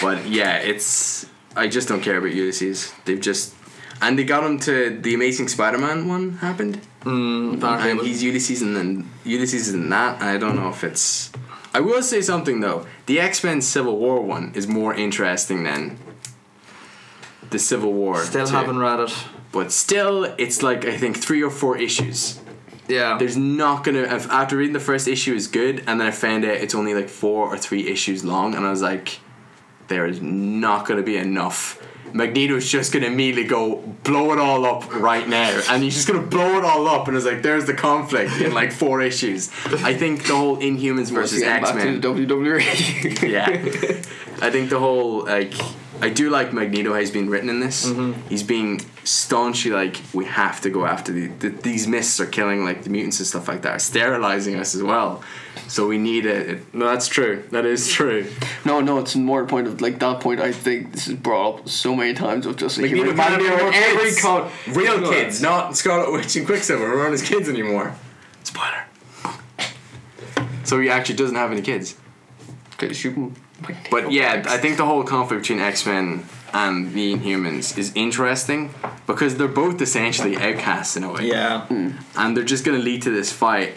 S2: But yeah, it's I just don't care about Ulysses. They've just and they got him to the Amazing Spider-Man one happened,
S1: Mm,
S2: and he's Ulysses, and then Ulysses is in that. And I don't know if it's. I will say something though. The X Men Civil War one is more interesting than the Civil War.
S1: Still
S2: two.
S1: haven't read it.
S2: but still, it's like I think three or four issues.
S1: Yeah.
S2: There's not gonna if- after reading the first issue is good, and then I found out it's only like four or three issues long, and I was like, there is not gonna be enough. Magneto's just gonna immediately go blow it all up right now, and he's just gonna blow it all up, and it's like there's the conflict in like four issues. I think the whole Inhumans versus
S3: Getting
S2: X
S3: back to E.
S2: Men
S3: the WWE.
S2: yeah. I think the whole like I do like Magneto how he's been written in this. He's being staunchly like we have to go after the, the these mists are killing like the mutants and stuff like that, sterilizing us as well. So we need it. it- No, that's true. That is true.
S3: No, no, it's more a point of like that point. I think this is brought up so many times of just like
S2: Magneto can't have more
S3: every
S2: kids.
S3: con.
S2: Real kids, not Scarlet Witch and Quicksilver. We're on his kids anymore. Spoiler. So he actually doesn't have any kids.
S3: Could shoot him. Magneto.
S2: But yeah, I think the whole conflict between X Men and the Inhumans is interesting because they're both essentially outcasts in a way.
S1: yeah.
S2: And they're just going to lead to this fight.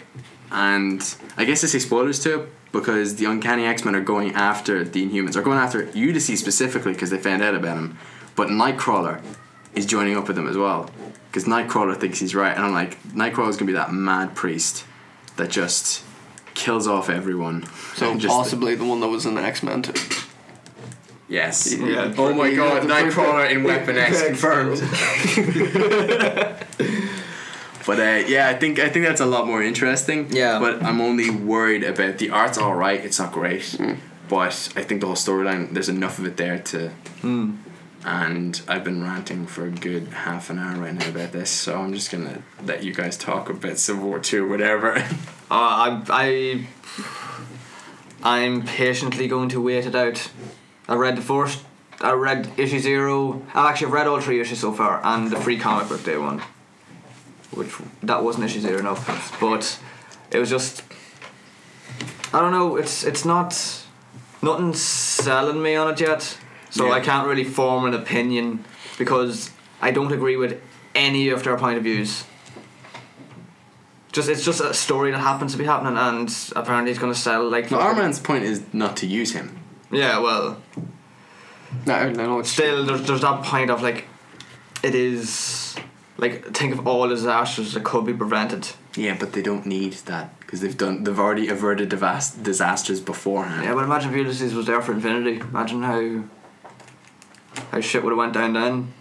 S2: And I guess I say spoilers to it because the Uncanny X Men are going after the Inhumans, are going after Ulysses specifically because they found out about him. But Nightcrawler is joining up with them as well because Nightcrawler thinks he's right. And I'm like, Nightcrawler's going to be that mad priest that just kills off everyone.
S3: so
S2: Just-
S3: possibly the one that was in X Men too.
S2: Yes.
S1: Yeah.
S2: Oh my
S3: Yeah,
S2: god,
S3: the
S2: Nightcrawler in Weapon X
S3: Yeah,
S2: confirmed. but uh, yeah, I think I think that's a lot more interesting.
S1: Yeah.
S2: But I'm only worried about the art's all right. It's not great, but I think the whole storyline there's enough of it there to. Hmm. And I've been ranting for a good half an hour right now about this, so I'm just gonna let you guys talk about Civil War Two, whatever.
S1: Uh, I, I, I'm patiently going to wait it out. I read the first. I read issue zero. I actually have read all three issues so far, and the free comic book day one, which that wasn't issue zero, no. But it was just. I don't know. It's it's not. Nothing's selling me on it yet, so
S2: Yeah.
S1: I can't really form an opinion because I don't agree with any of their point of views just it's just a story that happens to be happening, and apparently it's gonna sell like.
S2: But our man's point is not to use him.
S1: Yeah, well,
S3: No, no, no. It's
S1: still there's there's that point of like, it is like think of all the disasters that could be prevented.
S2: Yeah, but they don't need that because they've done they've already averted divas- disasters beforehand.
S1: Yeah, but imagine if Ulysses was there for Infinity. Imagine how how shit would have went down then.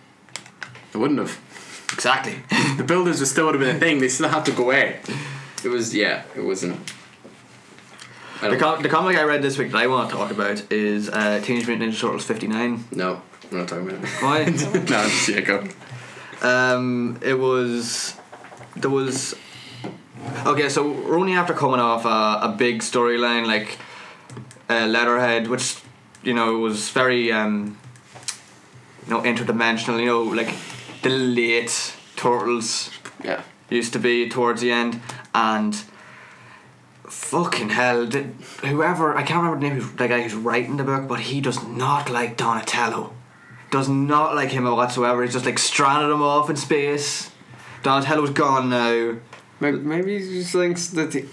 S2: They wouldn't have.
S1: Exactly.
S2: The builders would still would have been a thing. They still have to go out. It was yeah. It wasn't. I
S1: the,
S2: don't,
S1: com- the comic I read this week that I want to talk about is uh, Teenage Mutant Ninja Turtles fifty nine.
S2: no, we're not talking about it.
S1: Why?
S2: no, just yeah, go.
S1: Um, it was there was okay. So we're only after coming off a, a big storyline like uh, Letterhead, which you know was very um, you know interdimensional. You know, like the late Turtles
S3: Yeah.
S1: used to be towards the end, and fucking hell, did, whoever I can't remember the name of the guy who's writing the book, but he does not like Donatello. Does not like him whatsoever. He's just like stranded him off in space. Donatello's gone now.
S3: Maybe, maybe he just thinks that the,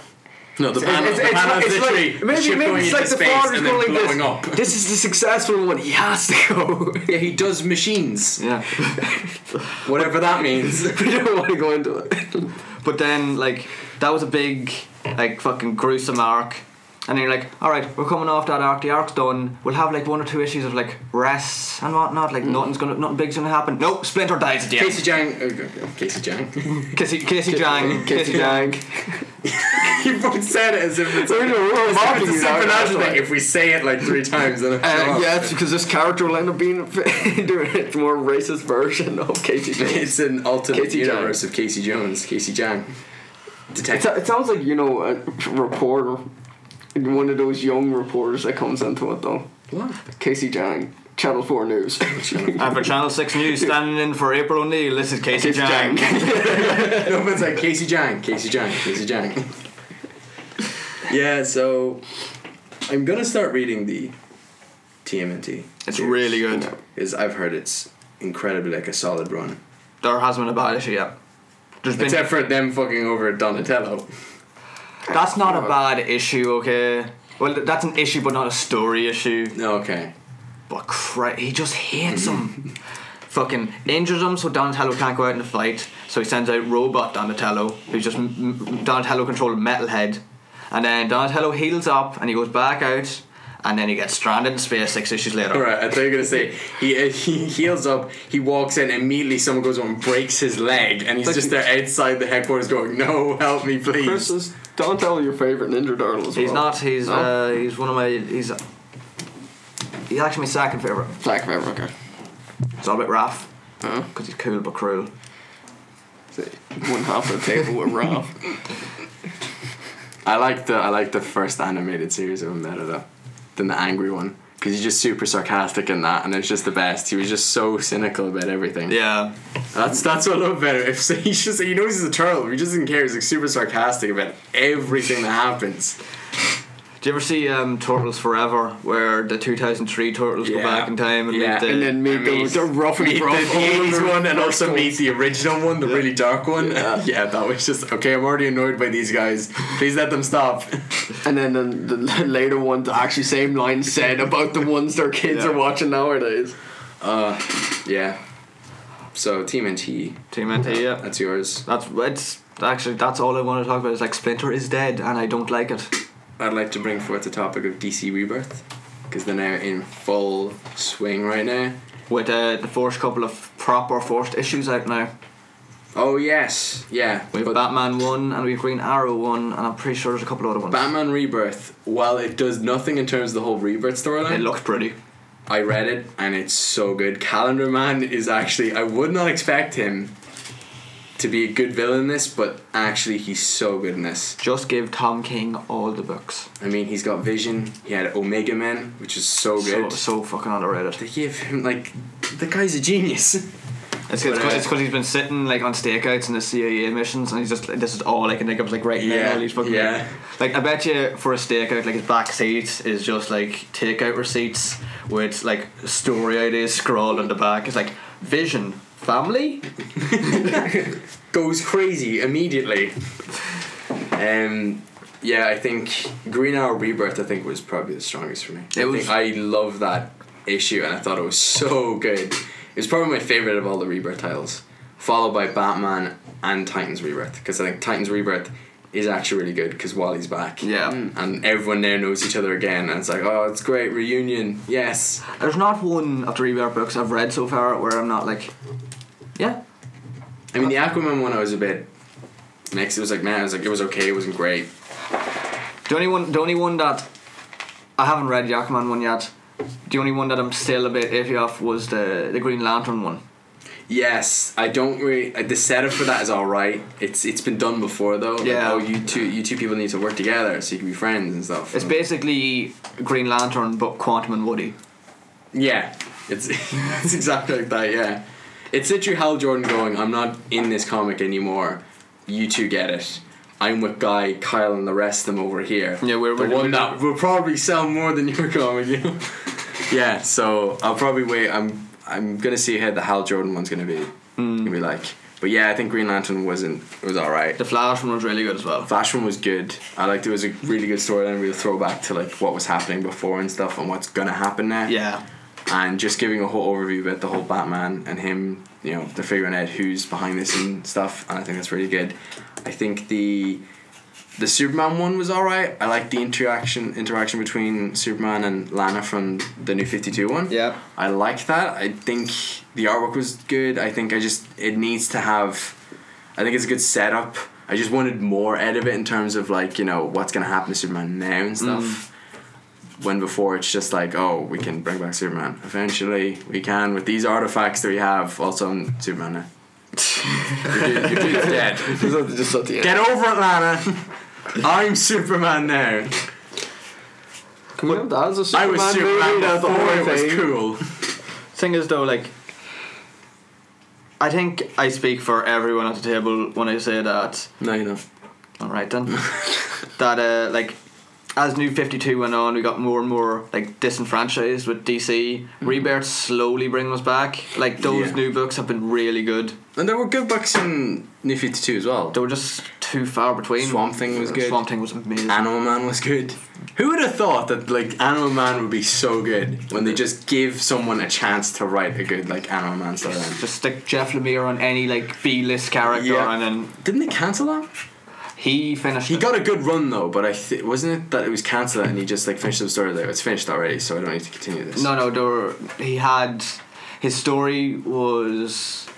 S2: No, the panel,
S3: it's-
S2: the
S3: it's
S2: panel
S3: like-
S2: is
S3: it's like-
S2: literally
S3: maybe-
S2: the ship
S3: maybe
S2: going
S3: it's
S2: into
S3: like the
S2: space
S3: father's
S2: and then
S3: going like this.
S2: blowing up.
S3: this is the successful one. He has to go.
S2: Yeah, he does machines,
S1: Yeah.
S2: whatever that means.
S3: we don't want to go into it.
S1: But then, like, that was a big, like, fucking gruesome arc. And then you're like, all right, we're coming off that arc. The arc's done. We'll have like one or two issues of like rests and whatnot. Like nothing's gonna, nothing big's gonna happen. Nope, Splinter dies at the end.
S2: Casey Jang, oh, okay, okay, Casey Jang.
S1: Casey, Casey Jang, Casey Jang.
S2: you both said it as if it's,
S3: We're doing- we're
S2: as if
S3: mocking
S2: it's a
S3: you now, that's
S2: supernatural
S3: why.
S2: thing. If we say it like three times, then
S3: Uh,
S2: it's
S3: yeah, it's because this character will end up being doing a more racist version of Casey Jones.
S2: it's an alternate
S3: Casey Jang.
S2: universe of Casey Jones, Casey Jang,
S3: It,
S2: detective.
S3: it sounds like you know a reporter, one of those young reporters that comes into it though.
S2: What?
S3: Casey Jang, Channel Four News.
S1: And for Channel 6 News, standing in for April O'Neil, this is Casey,
S3: Casey
S1: Jang.
S3: Jang.
S2: no, but it's like Casey Jang, Casey Jang, Casey Jang. yeah, so I'm gonna start reading the TMNT.
S1: It's
S2: series,
S1: really good.
S2: Is I've heard it's incredibly like a solid run,
S1: There hasn't been a bad issue yet. There's been,
S2: except for them fucking over Donatello.
S1: that's not a bad issue, okay? Well, th- that's an issue, but not a story issue.
S2: No, okay.
S1: But cri- he just hates him. Fucking injures him so Donatello can't go out in the fight. So he sends out robot Donatello, who's just m- m- Donatello controlled metalhead. And then Donatello heals up and he goes back out, and then he gets stranded in space six issues later.
S2: All right, I thought you were gonna say he uh, he heals up, he walks in, immediately someone goes over and breaks his leg, and he's
S3: Like-
S2: just there outside the headquarters going, "No, help me, please."
S3: Chris is, don't tell your favorite Ninja Turtle as
S1: He's
S3: well.
S1: not. He's
S3: No?
S1: uh, he's one of my. He's he's actually my second favorite.
S3: Black favorite. Okay.
S1: It's all about Raph
S3: Huh?
S1: because he's cool but cruel.
S3: So, one half of the table with Ralph.
S2: I like the I like the first animated series of him better though than the angry one because he's just super sarcastic in that, and it's just the best. He was just so cynical about everything.
S1: Yeah.
S2: that's that's what I love better. If so he's just he knows he's a turtle, he just doesn't care. He's like super sarcastic about everything that happens.
S1: Do you ever see um, Turtles Forever, where the 2003 Turtles go
S2: Yeah.
S1: back in time and
S2: Yeah.
S1: meet the,
S3: And then meet the,
S2: Amazing.
S3: the rough and
S2: Meet the,
S3: gruff
S2: the 80s one and also meet the original one, the really dark one. Yeah.
S3: Yeah.
S2: that was just okay. I'm already annoyed by these guys. Please let them stop.
S3: And then the, the later ones actually same line said about the ones their kids
S1: Yeah.
S3: are watching nowadays.
S2: yeah. So Team NT,
S1: Team NT. Yeah.
S2: that's yours.
S1: That's it's actually that's all I want to talk about. Is like Splinter is dead, and I don't like it.
S2: I'd like to bring forth the topic of DC Rebirth because they're now in full swing right now.
S1: With uh, the first couple of proper first issues out now,
S2: Oh yes, yeah.
S1: we've
S2: but
S1: Batman one and we've Green Arrow one, and I'm pretty sure there's a couple other ones.
S2: Batman Rebirth. While it does nothing in terms of the whole Rebirth storyline,
S1: It looks pretty.
S2: I read it and it's so good. Calendar Man is actually I would not expect him to be a good villain in this, but actually he's so good in this.
S1: Just give Tom King all the books.
S2: I mean he's got vision, he had Omega Man, which is so
S1: So,
S2: Oh, good.
S1: so fucking underrated.
S2: they gave him like the guy's a genius.
S1: It's
S2: But, uh,
S1: because he's been sitting like on stakeouts and the CIA missions, and he's just like, this is all I can think of. Like right now, all these fucking
S2: yeah.
S1: Like I bet you for a stakeout, like his back seat is just like takeout receipts with like story ideas scrawled on the back. It's like vision, family.
S2: goes crazy immediately. Um, yeah, I think Green Arrow Rebirth. I think was probably the strongest for me. I
S1: It was-
S2: think I love that issue, and I thought it was so good. It was probably my favorite of all the Rebirth titles, followed by Batman and Titans Rebirth, because I think Titans Rebirth is actually really good because Wally's back.
S1: Yeah.
S2: And everyone there knows each other again, and it's like, oh, it's great reunion. Yes.
S1: There's not one of the Rebirth books I've read so far where I'm not like, yeah,
S2: I mean, the Aquaman one I was a bit mixed. It was like, man, I was like, it was okay. It wasn't great.
S1: The only one, the only one that I haven't read the Aquaman one yet. The only one that I'm still a bit iffy off was the the Green Lantern one.
S2: Yes, I don't really. uh, The setup for that is all right. It's it's been done before though. Like,
S1: Yeah.
S2: oh, you two you two people need to work together so you can be friends and stuff.
S1: It's basically Green Lantern, but Quantum and Woody.
S2: Yeah, it's it's exactly like that. Yeah, it's literally Hal Jordan going, "I'm not in this comic anymore. You two get it. I'm with Guy, Kyle, and the rest of them over here.
S1: Yeah, we're-
S2: the
S1: we're-
S2: one that will probably sell more than your comic. You know? yeah, so I'll probably wait. I'm I'm gonna see how the Hal Jordan one's gonna be.
S1: Hmm.
S2: Gonna be like, but yeah, I think Green Lantern wasn't was all right.
S1: The Flash one was really good as well.
S2: Flash one was good. I liked it was a really good storyline, real throwback to like what was happening before and stuff, and what's gonna happen now
S1: Yeah.
S2: and just giving a whole overview about the whole Batman and him, you know, they're figuring out who's behind this and stuff, and I think that's really good. I think the the Superman one was alright. I liked the interaction interaction between Superman and Lana from the new fifty two one.
S1: Yeah.
S2: I like that. I think the artwork was good. I think I just it needs to have I think it's a good setup. I just wanted more out of it in terms of like, you know, what's gonna happen to Superman now and stuff
S3: Mm.
S2: when before it's just like, oh, we can bring back Superman. Eventually, we can with these artifacts that we have. Also, I'm Superman now. your, dude, your dude's dead.
S3: Just, just at the end.
S2: Get over it, Lana. I'm Superman now.
S3: Can we have that as a
S2: I
S3: Superman
S2: was
S3: movie?
S2: Superman
S3: That's the
S2: before
S3: whole
S2: it was
S3: thing.
S2: cool.
S1: Thing is, though, like, I think I speak for everyone at the table when I say that.
S2: No, you know.
S1: All right then. that uh, like, as New Fifty Two went on, we got more and more like disenfranchised with DC. Rebirth slowly bringing us back. Like those
S2: Mm-hmm. Yeah.
S1: new books have been really good.
S2: And there were good books in New 52 as well.
S1: They were just too far between.
S2: Swamp Thing was good.
S1: Swamp Thing was amazing.
S2: Animal Man was good. Who would have thought that like Animal Man would be so good when they just give someone a chance to write a good like Animal Man storyline?
S1: just stick Jeff Lemire on any like B list character,
S2: Yeah.
S1: and then
S2: Didn't they cancel that?
S1: he finished.
S2: He
S1: it.
S2: got a good run though, but I th- wasn't it that it was cancelled and he just like finished the story there. It's finished already, so I don't need to continue this.
S1: No, no, there were, he had his story was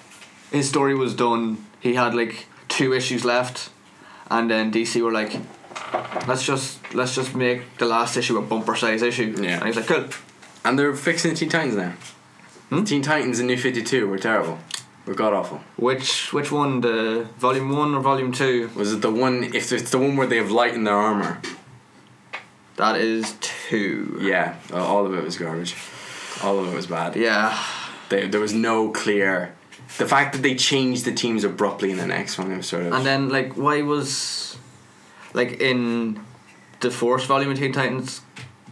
S1: his story was done. He had like two issues left, and then DC were like, let's just let's just make the last issue a bumper size issue.
S2: Yeah.
S1: and he's like, cool.
S2: And they're fixing Teen Titans now. Teen Titans and New Fifty Two were terrible. Were god awful.
S1: Which which one? The volume one or volume two?
S2: Was it the one? If it's the one where they have light in their armor,
S1: That is two.
S2: yeah, uh, all of it was garbage. All of it was bad.
S1: Yeah.
S2: They, there was no clear. The fact that they changed the teams abruptly in the next one was sort of.
S1: And then like why was like in the fourth volume of Teen Titans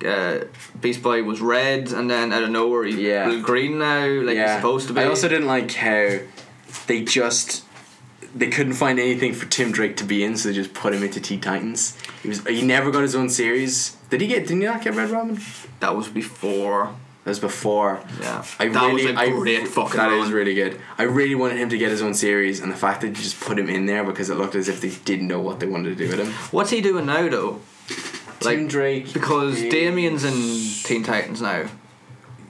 S1: uh, Beast Boy was red and then out of nowhere he's
S2: Yeah.
S1: blue- green now like he's supposed to be
S2: I also didn't like how they just they couldn't find anything for Tim Drake to be in, so they just put him into Teen Titans. He was he never got his own series. Did he get? Didn't he not get Red Robin? That
S1: that was before
S2: was before.
S1: yeah
S2: I
S1: that
S2: really,
S1: was a
S2: I-
S1: great fucking
S2: That
S1: run.
S2: is really good. I really wanted him to get his own series, and the fact that they just put him in there because it looked as if they didn't know what they wanted to do with him.
S1: what's he doing now though Like,
S2: Tim Drake,
S1: because
S2: is-
S1: Damien's in Teen Titans now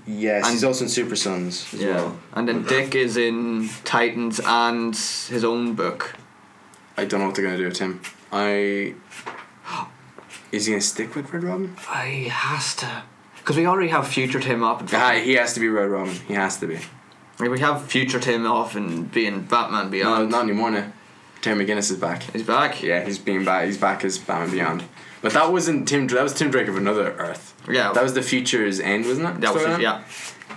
S2: yes,
S1: and-
S2: he's also in Super Sons as well.
S1: and then Dick is in Titans and his own book
S2: I don't know what they're gonna do with him. I is he gonna stick with Red Robin?
S1: he has to because we already have Future Tim up and
S2: Ah, he has to be Red Robin. He has to be.
S1: Like, we have future Tim off and being Batman
S2: No,
S1: Beyond.
S2: not anymore now. Terry McGinnis is back.
S1: He's back.
S2: Yeah, he's being back. He's back as Batman Beyond. But that wasn't Tim. That was Tim Drake of another Earth.
S1: Yeah.
S2: That was the future's end, wasn't it?
S1: That was
S2: Storyline?
S1: yeah.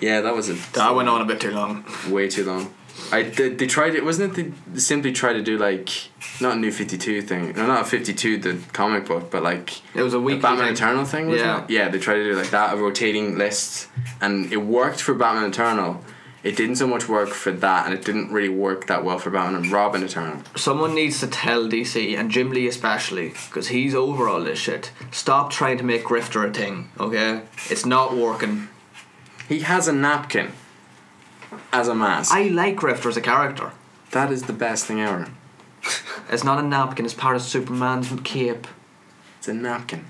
S2: Yeah, that was it.
S1: That went on a bit too long.
S2: way too long. I they, they tried it. Wasn't it? They simply tried to do like not a new Fifty Two thing. No, not Fifty Two, the comic book, but like
S1: It was a
S2: The
S1: week.
S2: Batman Eternal thing, wasn't
S1: Yeah.
S2: it? Yeah, they tried to do like that, a rotating list, and it worked for Batman Eternal. It didn't so much work for that, and it didn't really work that well for Batman and Robin Eternal.
S1: Someone needs to tell DC and Jim Lee especially, because he's over all this shit. Stop trying to make Grifter a thing. Okay, it's not working.
S2: He has a napkin as a mask.
S1: I like Grifter as a character.
S2: that is the best thing ever.
S1: It's not a napkin. It's part of Superman's cape.
S2: It's a napkin.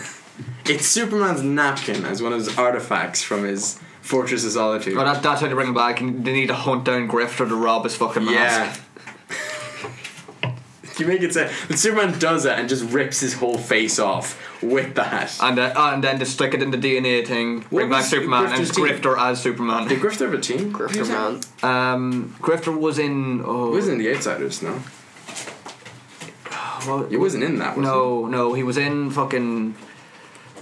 S2: it's Superman's napkin as one of his artifacts from his Fortress of Solitude.
S1: But Oh, that, that's how they bring him back. And they need to hunt down Grifter to rob his fucking mask.
S2: yeah. You make it say but Superman does that and just rips his whole face off with that.
S1: And, uh, and then to stick it in the DNA thing, bring back
S2: was
S1: Superman and
S2: Grifter's team?
S1: Grifter as
S2: Did
S1: Superman.
S2: Grifter have a team?
S3: Grifter man.
S1: Um, Grifter was in. Oh,
S2: It wasn't in the Outsiders, no.
S1: what-
S2: It wasn't in that, was
S1: No, no, he was in fucking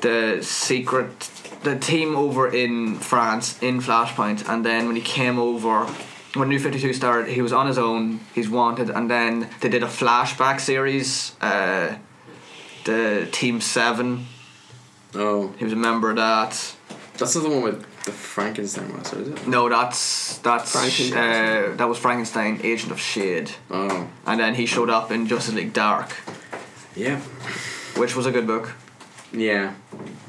S1: the secret, the team over in France in Flashpoint, and then when he came over, when New Fifty Two started, he was on his own. He's wanted, and then they did a flashback series, uh, the Team Seven.
S2: it? Oh.
S1: He was a member of that.
S2: That's not the one with the Frankenstein monster, is it?
S1: No, that's that's
S3: Frankenstein.
S1: uh, that was Frankenstein, Agent of Shade,
S2: Oh.
S1: and then he showed up in Justice League Dark,
S2: Yeah.
S1: which was a good book.
S2: Yeah.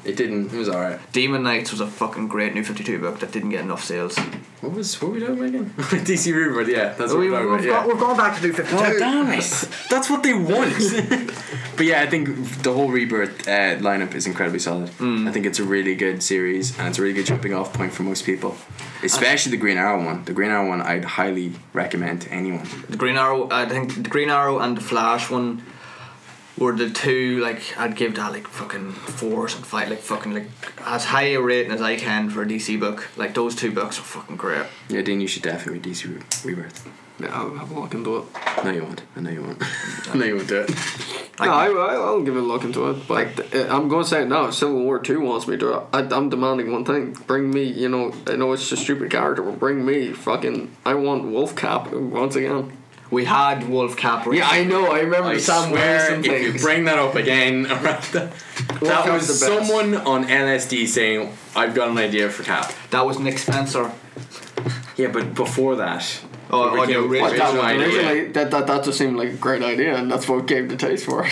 S2: It didn't. It was alright.
S1: Demon Knights was a fucking great New Fifty Two book that didn't get enough sales.
S2: What was what were we talking about again? DC Rebirth, yeah. That's what
S1: we,
S2: Oh,
S1: we've,
S2: we, we're talking about. Yeah.
S1: got, we've gone back to New Fifty
S2: Oh,
S1: Two.
S2: damn it. That's what they want. but yeah, I think the whole Rebirth uh, lineup is incredibly solid. I think it's a really good series and it's a really good jumping off point for most people. Especially the Green Arrow one. The Green Arrow one I'd highly recommend to anyone.
S1: the Green Arrow, I think the Green Arrow and the Flash one were the two like I'd give that like fucking fours and five like fucking like as high a rating as I can for a DC book. Like those two books are fucking great.
S2: Yeah, Dean, you should definitely read DC Re- Rebirth.
S3: Yeah, I'll have a look into it.
S2: No, you won't. I know you won't. I know you won't do it.
S1: Like,
S3: no, I, I- I'll give it a look into it. But uh, I'm going to say it now. if Civil War Two wants me to. I, I'm demanding one thing. Bring me, you know, I know it's a stupid character, but bring me fucking. I want Wolf Cap once again.
S1: we had Wolf Cap.
S3: Yeah, I know. I remember
S2: I
S3: Sam
S2: swear,
S3: Wilson
S2: if you
S3: things.
S2: bring that up again, around the- that
S3: Cap's
S2: was
S3: the best.
S2: someone on LSD saying, "I've got an idea for Cap."
S1: That was Nick Spencer.
S2: Yeah, but before that,
S1: Oh,
S2: we
S1: oh, the
S2: came up with
S1: original
S3: But that,
S2: original
S3: was
S2: idea.
S3: originally, that, that, that just seemed like a great idea, and that's what gave the taste for it.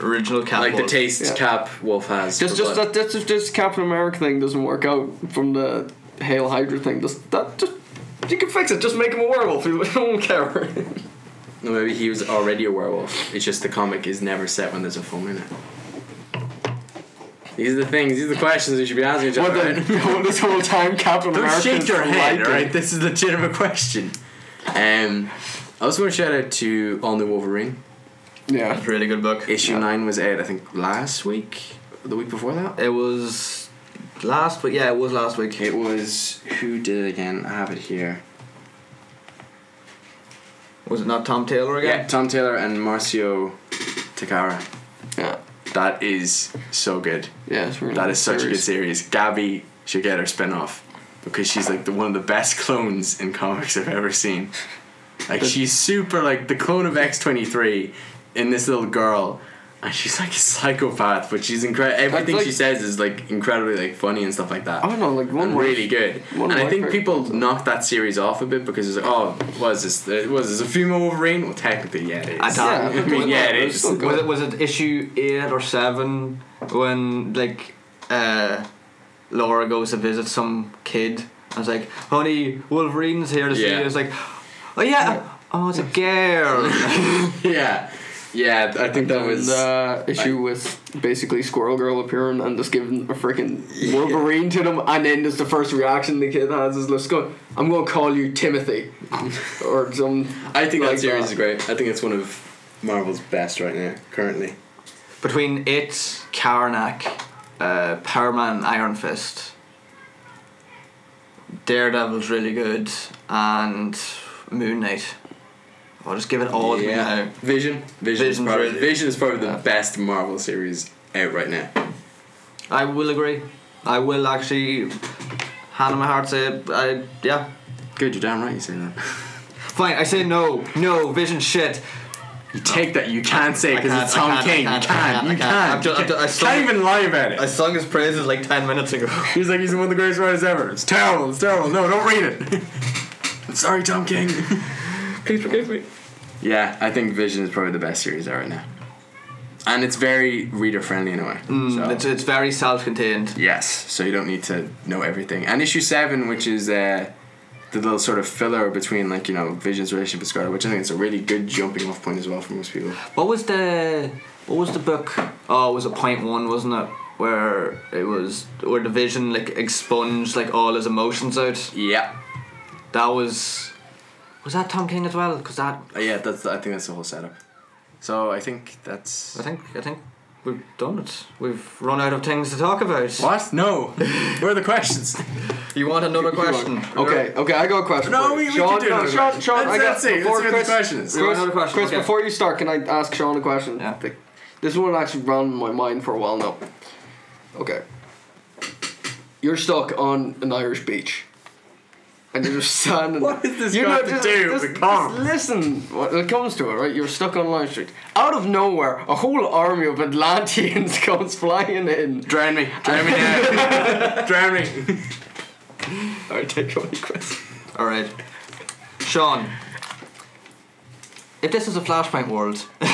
S1: Original Cap.
S2: like the
S1: Wolf.
S2: taste
S3: Yeah.
S2: Cap Wolf has.
S3: just,
S2: for
S3: just
S2: blood.
S3: that, that's just this Captain America thing doesn't work out from the Hail Hydra thing. Just that, just you can fix it. Just make him a werewolf. He won't care.
S2: No, maybe he was already a werewolf. It's just the comic is never set when there's a film in it. These are the things. These are the questions we should be asking each
S3: What
S2: other.
S3: the,
S2: right?
S3: this whole time Captain
S2: Don't
S3: America
S2: shake
S3: is
S2: your head,
S3: liking-
S2: alright? This is a legitimate question. Um, I also want to shout out to All New Wolverine.
S3: Yeah.
S1: Really good book.
S2: Issue 9 was out, I think, last week? The week before that?
S1: It was last week. Yeah, it was last week.
S2: It was. Who did it again? I have it here.
S1: Was it not Tom Taylor
S2: Yeah,
S1: again?
S2: Tom Taylor and Marcio Takara.
S3: Yeah.
S2: That is so good.
S3: Yeah, it's really
S2: That is such a good series. Gabby should get her spin off because she's like the, one of the best clones in comics I've ever seen. Like she's super like the clone of X twenty three in this little girl, and she's like a psychopath, but she's incredible. Everything
S3: like-
S2: she says is like incredibly like funny and stuff like that.
S3: I don't know, like one
S2: And
S3: way-
S2: really good.
S3: one
S2: And I
S3: way
S2: think
S3: for-
S2: people knocked that series off a bit because it's like, oh, was this was this a female Wolverine? Well, technically, yeah, it is.
S1: I thought-
S3: Yeah,
S2: I mean, yeah, it
S3: it's
S2: is.
S3: still good.
S1: Was it was it issue eight or seven when like uh, Laura goes to visit some kid? I was like, "Honey, Wolverine's here to see you."
S2: Yeah.
S1: It's like, "Oh yeah, oh it's a girl."
S2: Yeah, yeah. I think that was.
S3: And, uh, issue with basically Squirrel Girl appearing and just giving a freaking Wolverine to them, and then just the first reaction the kid has is, "Let's go. I'm gonna call you Timothy,"
S2: Um,
S3: or some.
S2: I think
S3: like
S2: that series
S3: that.
S2: is great. I think it's one of Marvel's best right now, currently.
S1: Between it, Karnak, uh, Power Man, Iron Fist, Daredevil's really good, and Moon Knight. I'll just give it all to me now.
S2: Vision. Vision is
S1: Vision's
S2: probably
S1: really-
S2: Vision is probably
S3: Yeah.
S2: the best Marvel series out right now.
S1: I will agree. I will actually hand on my heart say I yeah.
S2: Good, you're damn right you say that.
S1: Fine, I say no, no, vision shit.
S2: You take that you can't say
S1: I
S2: because
S1: can't,
S2: it's
S1: I
S2: Tom
S1: can't, I
S2: King.
S1: can't,
S2: you
S1: I can't,
S2: can't.
S1: I
S2: You
S1: can't.
S2: can't.
S1: I've ju-
S2: You
S1: I've
S2: can't.
S1: ju- I
S2: You
S1: saw-
S2: can't even lie about
S1: I
S2: it.
S1: sung his praises like ten minutes ago.
S2: He's like he's one of the greatest writers ever. It's terrible. It's terrible. No, don't read it. I'm sorry, Tom King.
S3: Please forgive me.
S2: yeah, I think Vision is probably the best series out right now, and it's very reader friendly in a way. so.
S1: Mm, Hmm, It's, it's very self-contained.
S2: Yes, so you don't need to know everything. And issue seven, which is uh, the little sort of filler between like you know Vision's relationship with Scarlet, which I think it's a really good jumping off point as well for most people.
S1: What was the what was the book? Oh, it was a point one, wasn't it? Where it was where the vision like expunged like all his emotions out.
S2: Yeah,
S1: That was was that Tom King as well? Cause that
S2: Uh, yeah, that's I think that's the whole setup. So I think that's.
S1: I think I think we've done it. We've run out of things to talk about.
S2: What? No. Where are the questions?
S1: You want another question?
S3: Okay, okay, I got a question.
S2: No,
S3: for you.
S2: we- we
S3: Sean,
S2: can do
S3: no,
S2: another
S3: Sean,
S2: question.
S3: Sean,
S2: Let's-
S3: I got
S2: let's see, let's
S3: before
S2: hear the
S3: Chris,
S2: questions.
S1: We want
S3: Chris,
S1: another question,
S3: Chris
S1: okay.
S3: before you start, can I ask Sean a question?
S1: Yeah.
S3: Th- This one actually ran in my mind for a while now. Okay. You're stuck on an Irish beach. And you're just standing.
S2: What has this
S3: you
S2: got to
S3: just-
S2: do
S3: just-
S2: with Colin?
S3: just Listen, when it comes to it, right? You're stuck on Line Street. Out of nowhere, a whole army of Atlanteans comes flying in.
S2: Drown me. Drown me down. Drown me.
S3: Alright, take away, Chris.
S1: All right, Sean. If this is a flashpoint world,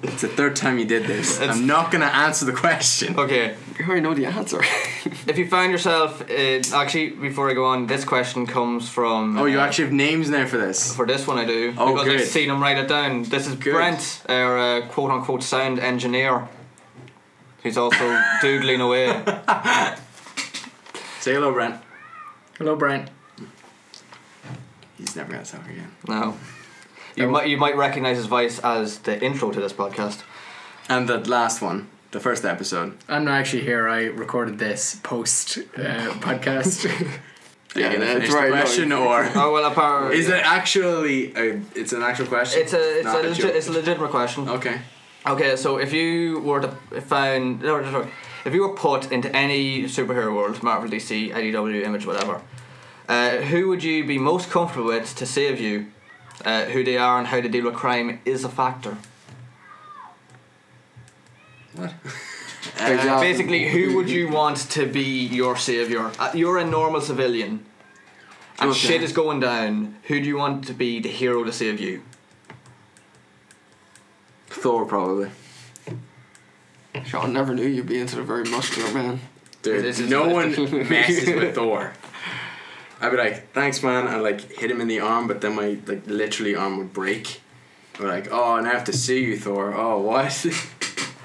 S2: It's the third time you did this.
S1: It's-
S2: I'm not gonna answer the question.
S1: okay.
S3: You already know the answer.
S1: If you find yourself, in, actually, before I go on, this question comes from.
S2: Oh, you
S1: uh,
S2: actually have names now for this.
S1: For this one, I do
S2: Oh,
S1: because I've
S2: good.
S1: seen him write it down. This is
S2: Good.
S1: Brent, our uh, quote-unquote sound engineer. He's also doodling away.
S2: Say hello, Brent.
S4: Hello, Brent.
S2: He's never gonna talk again.
S1: No. You might you might recognise his voice as the intro to this podcast.
S2: And the last one, the first episode.
S4: I'm not actually here. I recorded this post uh, podcast.
S2: Are you gonna
S3: that's
S2: finish the
S3: right, no,
S2: question or
S1: Oh well, apparently
S2: is it actually? A, it's an actual question.
S1: It's a it's
S2: not
S1: a, legit
S2: joke?
S1: it's a legitimate question.
S2: Okay.
S1: Okay, so if you were to found no, no, sorry. if you were put into any superhero world, Marvel, DC, IDW, Image, whatever, uh, who would you be most comfortable with to save you? Uh, who they are and how they deal with crime is a factor.
S2: What?
S1: Uh, basically, who would you want to be your savior? Uh, you're a normal civilian, and
S2: Okay.
S1: shit is going down. Who do you want to be the hero to save you?
S2: Thor probably.
S3: Sean never knew you'd be into a very muscular man.
S1: This
S2: Dude,
S1: is
S2: no
S1: what-
S2: one messes with Thor. I'd be like, thanks, man. I like hit him in the arm, but then my like literally arm would break. We're like, oh, and I have to see you, Thor. Oh, what?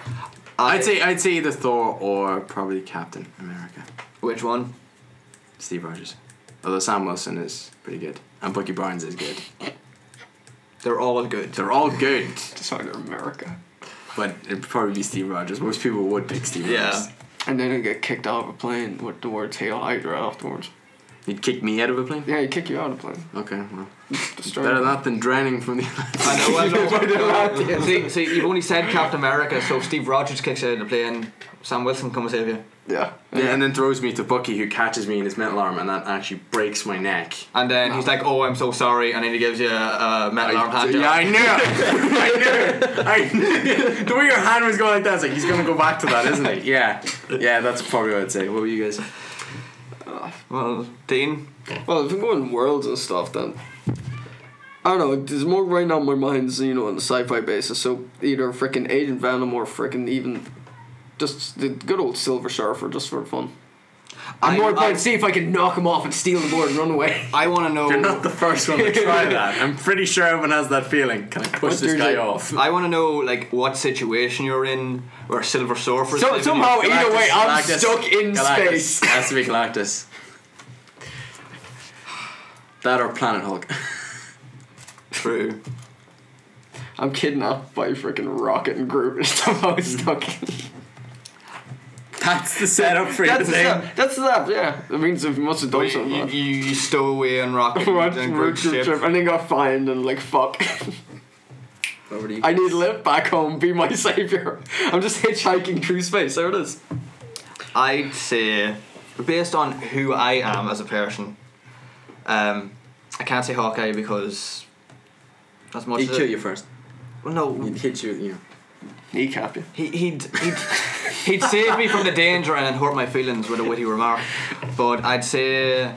S1: I-
S2: I'd say I'd say either Thor or probably Captain America,
S1: Which one?
S2: Steve Rogers. Although Sam Wilson is pretty good, and Bucky Barnes is good.
S1: They're all good.
S2: They're all good,
S3: Designer America.
S2: but it'd probably be Steve Rogers. Most people would pick Steve
S1: Yeah.
S2: Rogers.
S3: And then he get kicked out of a plane with the words Hail Hydra afterwards.
S2: He'd kick me out of a plane.
S3: Yeah, he kick you out of the plane.
S2: Okay, well,
S3: Destroy
S2: better
S3: you.
S2: that than drowning from the.
S1: I know, I know. see, see, you've only said Captain America, so Steve Rogers kicks out of the plane. Sam Wilson comes save you,
S3: Yeah.
S2: Yeah, and then throws me to Bucky, who catches me in his metal arm, and that actually breaks my neck.
S1: and then he's like, "Oh, I'm so sorry," and then he gives you a, a metal arm
S2: I,
S1: hand
S2: yeah,
S1: job.
S2: I knew it. I knew it. I, the way your hand was going like that, it's like he's gonna go back to that, isn't it? Yeah, yeah, that's probably what I'd say. What were you guys?
S1: Well, Dean,
S3: Well, if I'm going worlds and stuff, then I don't know. There's more right now. in My mind's you know on the sci-fi basis. So either freaking Agent Venom or freaking even just the good old Silver Surfer, just for fun.
S1: I-
S3: I'm more
S1: I-
S3: about to see if I can knock him off and steal the board and run away.
S1: I want to
S2: You're
S1: know.
S2: not the first one to try that. I'm pretty sure everyone has that feeling. Can I push
S3: What
S2: this
S3: do
S2: guy
S3: you-
S2: off?
S1: I want to know like what situation you're in, where Silver Surfer.
S3: So, somehow, either way, I'm
S2: Galactus,
S3: stuck in
S2: Galactus.
S3: space.
S2: Has to be Galactus. That or Planet Hulk.
S1: True.
S3: I'm kidnapped by freaking Rocket and Groot and somehow
S1: Mm.
S3: stuck.
S2: That's the setup for your
S3: That's the
S2: thing.
S3: stuff. That's the stuff. Yeah, it means if you must have done
S1: you,
S3: something.
S1: you,
S3: bad.
S1: you you stow away and rocket
S3: Rocket
S1: and
S3: and
S1: Groot
S3: Groot
S1: ship.
S3: trip and then got fined and like fuck.
S2: What were you-
S3: I need to live back home. Be my savior. I'm just hitchhiking through space. There it is.
S1: I'd say, based on who I am as a person, um, I can't say Hawkeye because as much
S2: He'd
S1: as
S2: kill
S1: it-
S2: you first.
S1: Well, no,
S2: He'd hit you, you know.
S3: Kneecap you.
S1: he, he'd he'd he'd save me from the danger and then hurt my feelings with a witty remark. But I'd say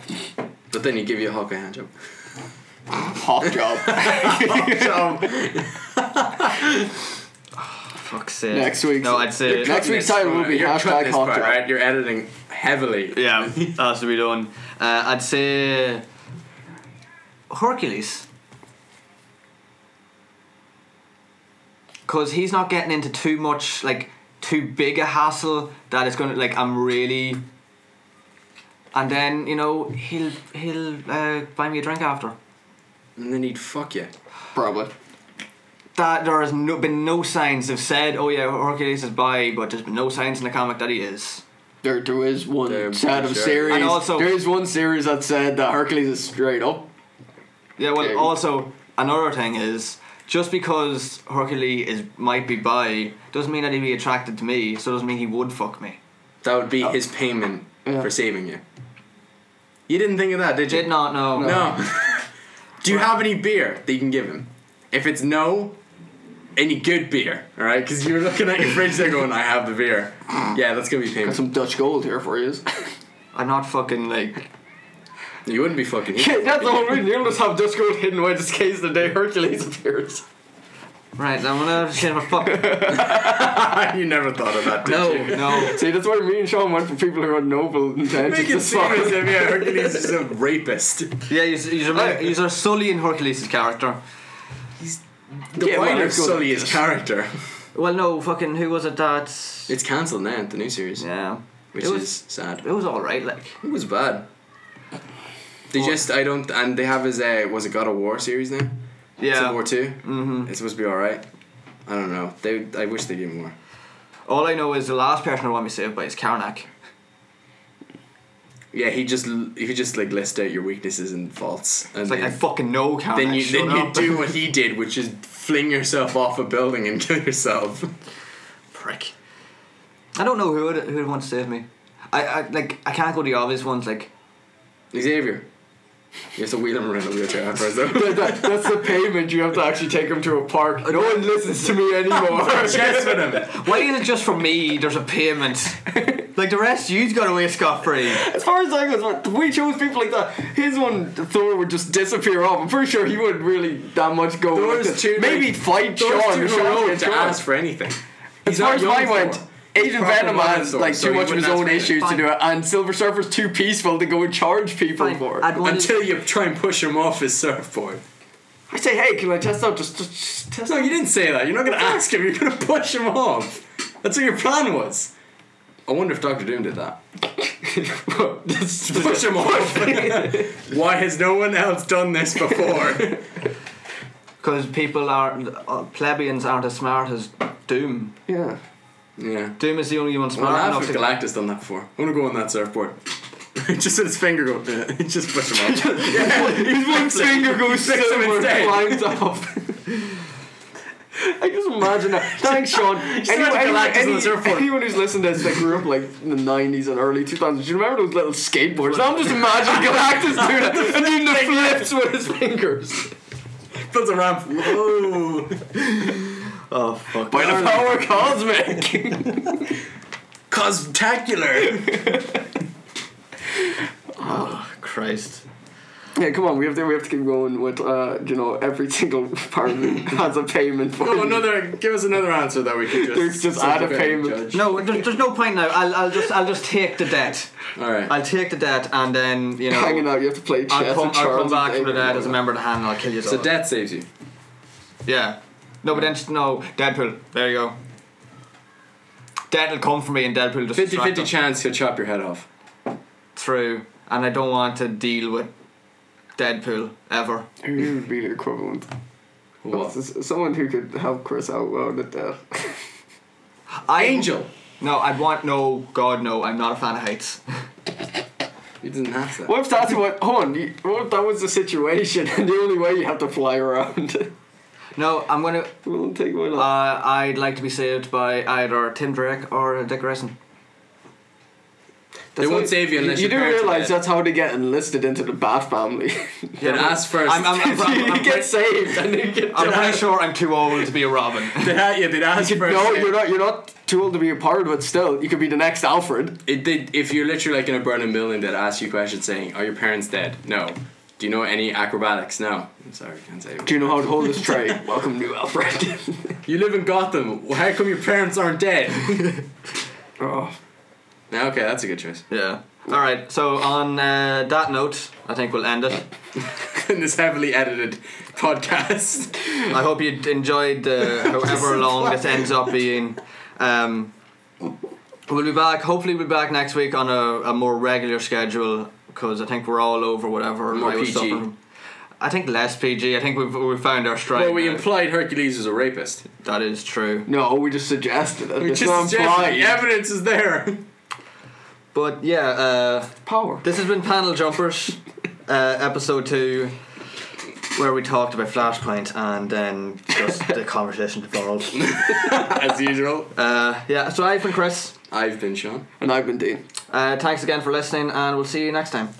S2: But then he'd give you a Hawkeye handjob.
S3: Hawk job.
S1: fuck's sake.
S3: Next week's-
S1: No, I'd say
S3: Next week's title will be
S2: You're cutting
S3: hashtag
S2: this
S3: Hawk
S2: part,
S3: job.
S2: right? You're editing heavily.
S1: Yeah, that has to be done. Uh, I'd say Hercules. Because he's not getting into too much, like, too big a hassle that it's going to, like, I'm really. And then, you know, he'll he'll uh, buy me a drink after.
S2: And then he'd fuck you.
S3: Probably.
S1: that there has no, been no signs. They've said, "Oh yeah, Hercules is bi," but there's been no signs in the comic that he is.
S3: There, there is one
S2: They're
S3: set
S2: pretty
S3: of
S2: sure.
S3: series.
S1: And also-
S3: there is one series that said that Hercules is straight up.
S1: Yeah. Well,
S3: Okay.
S1: also another thing is just because Hercules is might be bi doesn't mean that he'd be attracted to me. So doesn't mean he would fuck me.
S2: That would be his payment
S3: Oh. Yeah.
S2: for saving you. You didn't think of that, did you?
S1: Did not know.
S2: No. Do you have any beer that you can give him? If it's no, any good beer, all right? Because you're looking at your fridge there going, I have the beer. Yeah, that's going to be
S3: Got
S2: payment.
S3: some Dutch gold here for you.
S1: I'm not fucking like.
S2: You wouldn't be fucking
S3: Yeah,
S2: eating.
S3: that's the whole reason. You'll just have Dutch gold hidden away just in case the day Hercules appears.
S1: Right. I'm gonna shit my fuck.
S2: you never thought of that, did
S1: No.
S2: you?
S1: No.
S3: See, that's why me and Sean went from people who had noble intentions
S2: Make it
S3: to
S2: seem
S3: fuck.
S2: as if yeah, Hercules is a rapist.
S1: Yeah, you're are Sully in Hercules' character.
S2: The
S3: Yeah, well,
S2: writer
S3: let's go
S2: Sully
S3: with
S2: is character.
S1: Well, no, fucking who was it that?
S2: It's cancelled now, the new series,
S1: Yeah,
S2: which
S1: it was
S2: is sad.
S1: it was all right. Like
S2: It was bad. They just I don't and they have his uh was it God of War series now? Civil War
S1: yeah,
S2: 2 Mm-hmm. It's supposed to be all right. I don't know. They I wish they gave more.
S1: all I know is the last person I want to be saved by is Karnak.
S2: Yeah, he just l- he just like list out your weaknesses and faults, and
S1: It's like I
S2: then,
S1: fucking know Karnak.
S2: then you
S1: shut
S2: then you
S1: up.
S2: do what he did, which is fling yourself off a building and kill yourself.
S1: prick. I don't know who would who would want to save me. I, I like I can't go the obvious ones like
S2: Xavier, you have to wheel him around a wheelchair afterwards. though.
S3: That- that's the payment. You have to actually take him to a park. No one listens to me anymore.
S2: Chess with him.
S1: why is it just for me there's a payment like the rest you've got away scot free
S3: As far as I go, if we chose people like that. His one, Thor would just disappear off. I'm pretty sure he wouldn't really that much go.
S2: Thor's
S3: with it.
S2: too, like-
S3: Maybe fight
S2: Sean,
S3: Sean.
S2: too
S3: who knows,
S2: old to
S3: Sean.
S2: ask for anything.
S3: As far as
S2: not
S3: mine
S2: young
S3: went,
S2: Thor.
S3: Asian
S2: probably
S3: Venom
S2: not
S3: has
S2: Thor,
S3: like
S2: so
S3: too
S2: he
S3: much of his
S2: wouldn't ask
S3: own
S2: for
S3: issues to
S1: anything.
S3: do it, and Silver Surfer's too peaceful to go and charge people
S1: Fine,
S3: for.
S1: I'd
S3: it.
S1: want
S2: Until you try and push him off his surfboard.
S3: I say, hey, can I test out? Just, just, just test
S2: No,
S3: out.
S2: you didn't say that. You're not going to ask him. You're going to push him off. That's what your plan was. I wonder if Doctor Doom did that. push him off. Why has no one else done this before?
S1: because people are uh, plebeians aren't as smart as Doom.
S3: Yeah.
S2: yeah.
S1: Doom is the only one
S2: Well,
S1: smart
S2: I've
S1: enough to
S2: Galactus done that before. I'm going to go on that surfboard. just his finger go. just push him off.
S3: His one finger goes
S2: Fix him
S3: silver
S2: instead.
S3: and climbs off. I just imagine that. Thanks, Sean. Anyone,
S2: imagine
S3: anyone,
S2: Galactus on the surfboard.
S3: anyone who's listened to this that grew up like in the 90s and early 2000s, do you remember those little skateboards? Now I'm just imagining Galactus doing that and doing the flips with his fingers.
S2: Builds a ramp. Whoa.
S1: Oh fuck!
S3: By the power cosmic.
S2: Oh, Cosmetacular.
S1: Christ.
S3: yeah, come on, we have to, we have to keep going with, uh, you know, every single part of it has a payment for
S2: oh,
S3: it.
S2: another. Give us another answer that we could just.
S3: There's just add a
S2: circumvent
S3: payment.
S2: and judge.
S1: No, there's, there's no point now. I'll, I'll just I'll just take the debt.
S2: All right.
S1: I'll take the debt and then you know
S3: Hanging out, you have to play chess
S1: I'll come,
S3: with
S1: I'll come
S3: Charles
S1: back
S3: and
S1: from the
S3: David
S1: dead
S3: and
S1: as a
S3: all
S1: member of the hand and I'll kill you.
S2: so death saves you.
S1: Yeah. No, but then just- no Deadpool. There you go. Death will come for me and Deadpool just 50,
S2: 50 50 chance he'll chop your head off.
S1: through, and I don't want to deal with Deadpool ever.
S3: that. Who would be the equivalent?
S2: What?
S3: S- Someone who could help Chris out well with that.
S1: I,
S2: Angel!
S1: No, I'd want no. God, no. I'm not a fan of heights.
S2: You didn't have to.
S3: What if that's what? Hold on. you- What if that was the situation? And the only way you have to fly around.
S1: No, I'm gonna.
S3: we'll take one
S1: Uh,
S3: off.
S1: I'd like to be saved by either Tim Drake or Dick Grayson.
S2: They
S3: That's
S2: won't
S3: how-
S2: save you unless
S3: you
S2: your
S3: do
S2: parents are
S3: realize
S2: dead.
S3: that's how they get enlisted into the Bat family.
S1: Yeah,
S2: Then
S1: well,
S2: ask first.
S1: I'm, I'm, I'm, I'm,
S3: you
S1: I'm,
S3: get saved and you get.
S1: I'm pretty sure I'm too old to be a Robin.
S2: They'd ha- yeah, they'd ask first.
S3: No, you're not. You're not too old to be a part of it. Still, you could be the next Alfred.
S2: It, they, if you're literally like in a burning building, they'd ask you questions saying, Are your parents dead? No. Do you know any acrobatics? No. I'm sorry, can't say.
S3: Do you know how to hold this tray? Welcome, new Alfred.
S2: You live in Gotham. Well, how come your parents aren't dead?
S3: oh,
S2: no, okay, that's a good choice.
S1: Yeah. All right. So on uh, that note, I think we'll end it.
S2: in this heavily edited podcast.
S1: I hope you enjoyed uh, however long this ends up being. Um, we'll be back. Hopefully, we'll be back next week on a, a more regular schedule because I think we're all over whatever
S2: More
S1: I was
S2: PG.
S1: suffering. I think less PG. I think we've we found our stride.
S2: Well, we
S1: now.
S2: implied Hercules is a rapist.
S1: that is true.
S3: No, we just suggested it.
S2: We
S3: it's
S2: just
S3: not
S2: suggested the
S3: implied.
S2: evidence is there.
S1: But yeah, uh,
S3: Power.
S1: this has been Panel Jumpers, uh, episode two, where we talked about Flashpoint and then just the conversation evolved.
S2: As usual.
S1: Uh, yeah, so I've been Chris.
S2: I've been Sean.
S3: And I've been Dean.
S1: Uh, thanks again for listening, and we'll see you next time.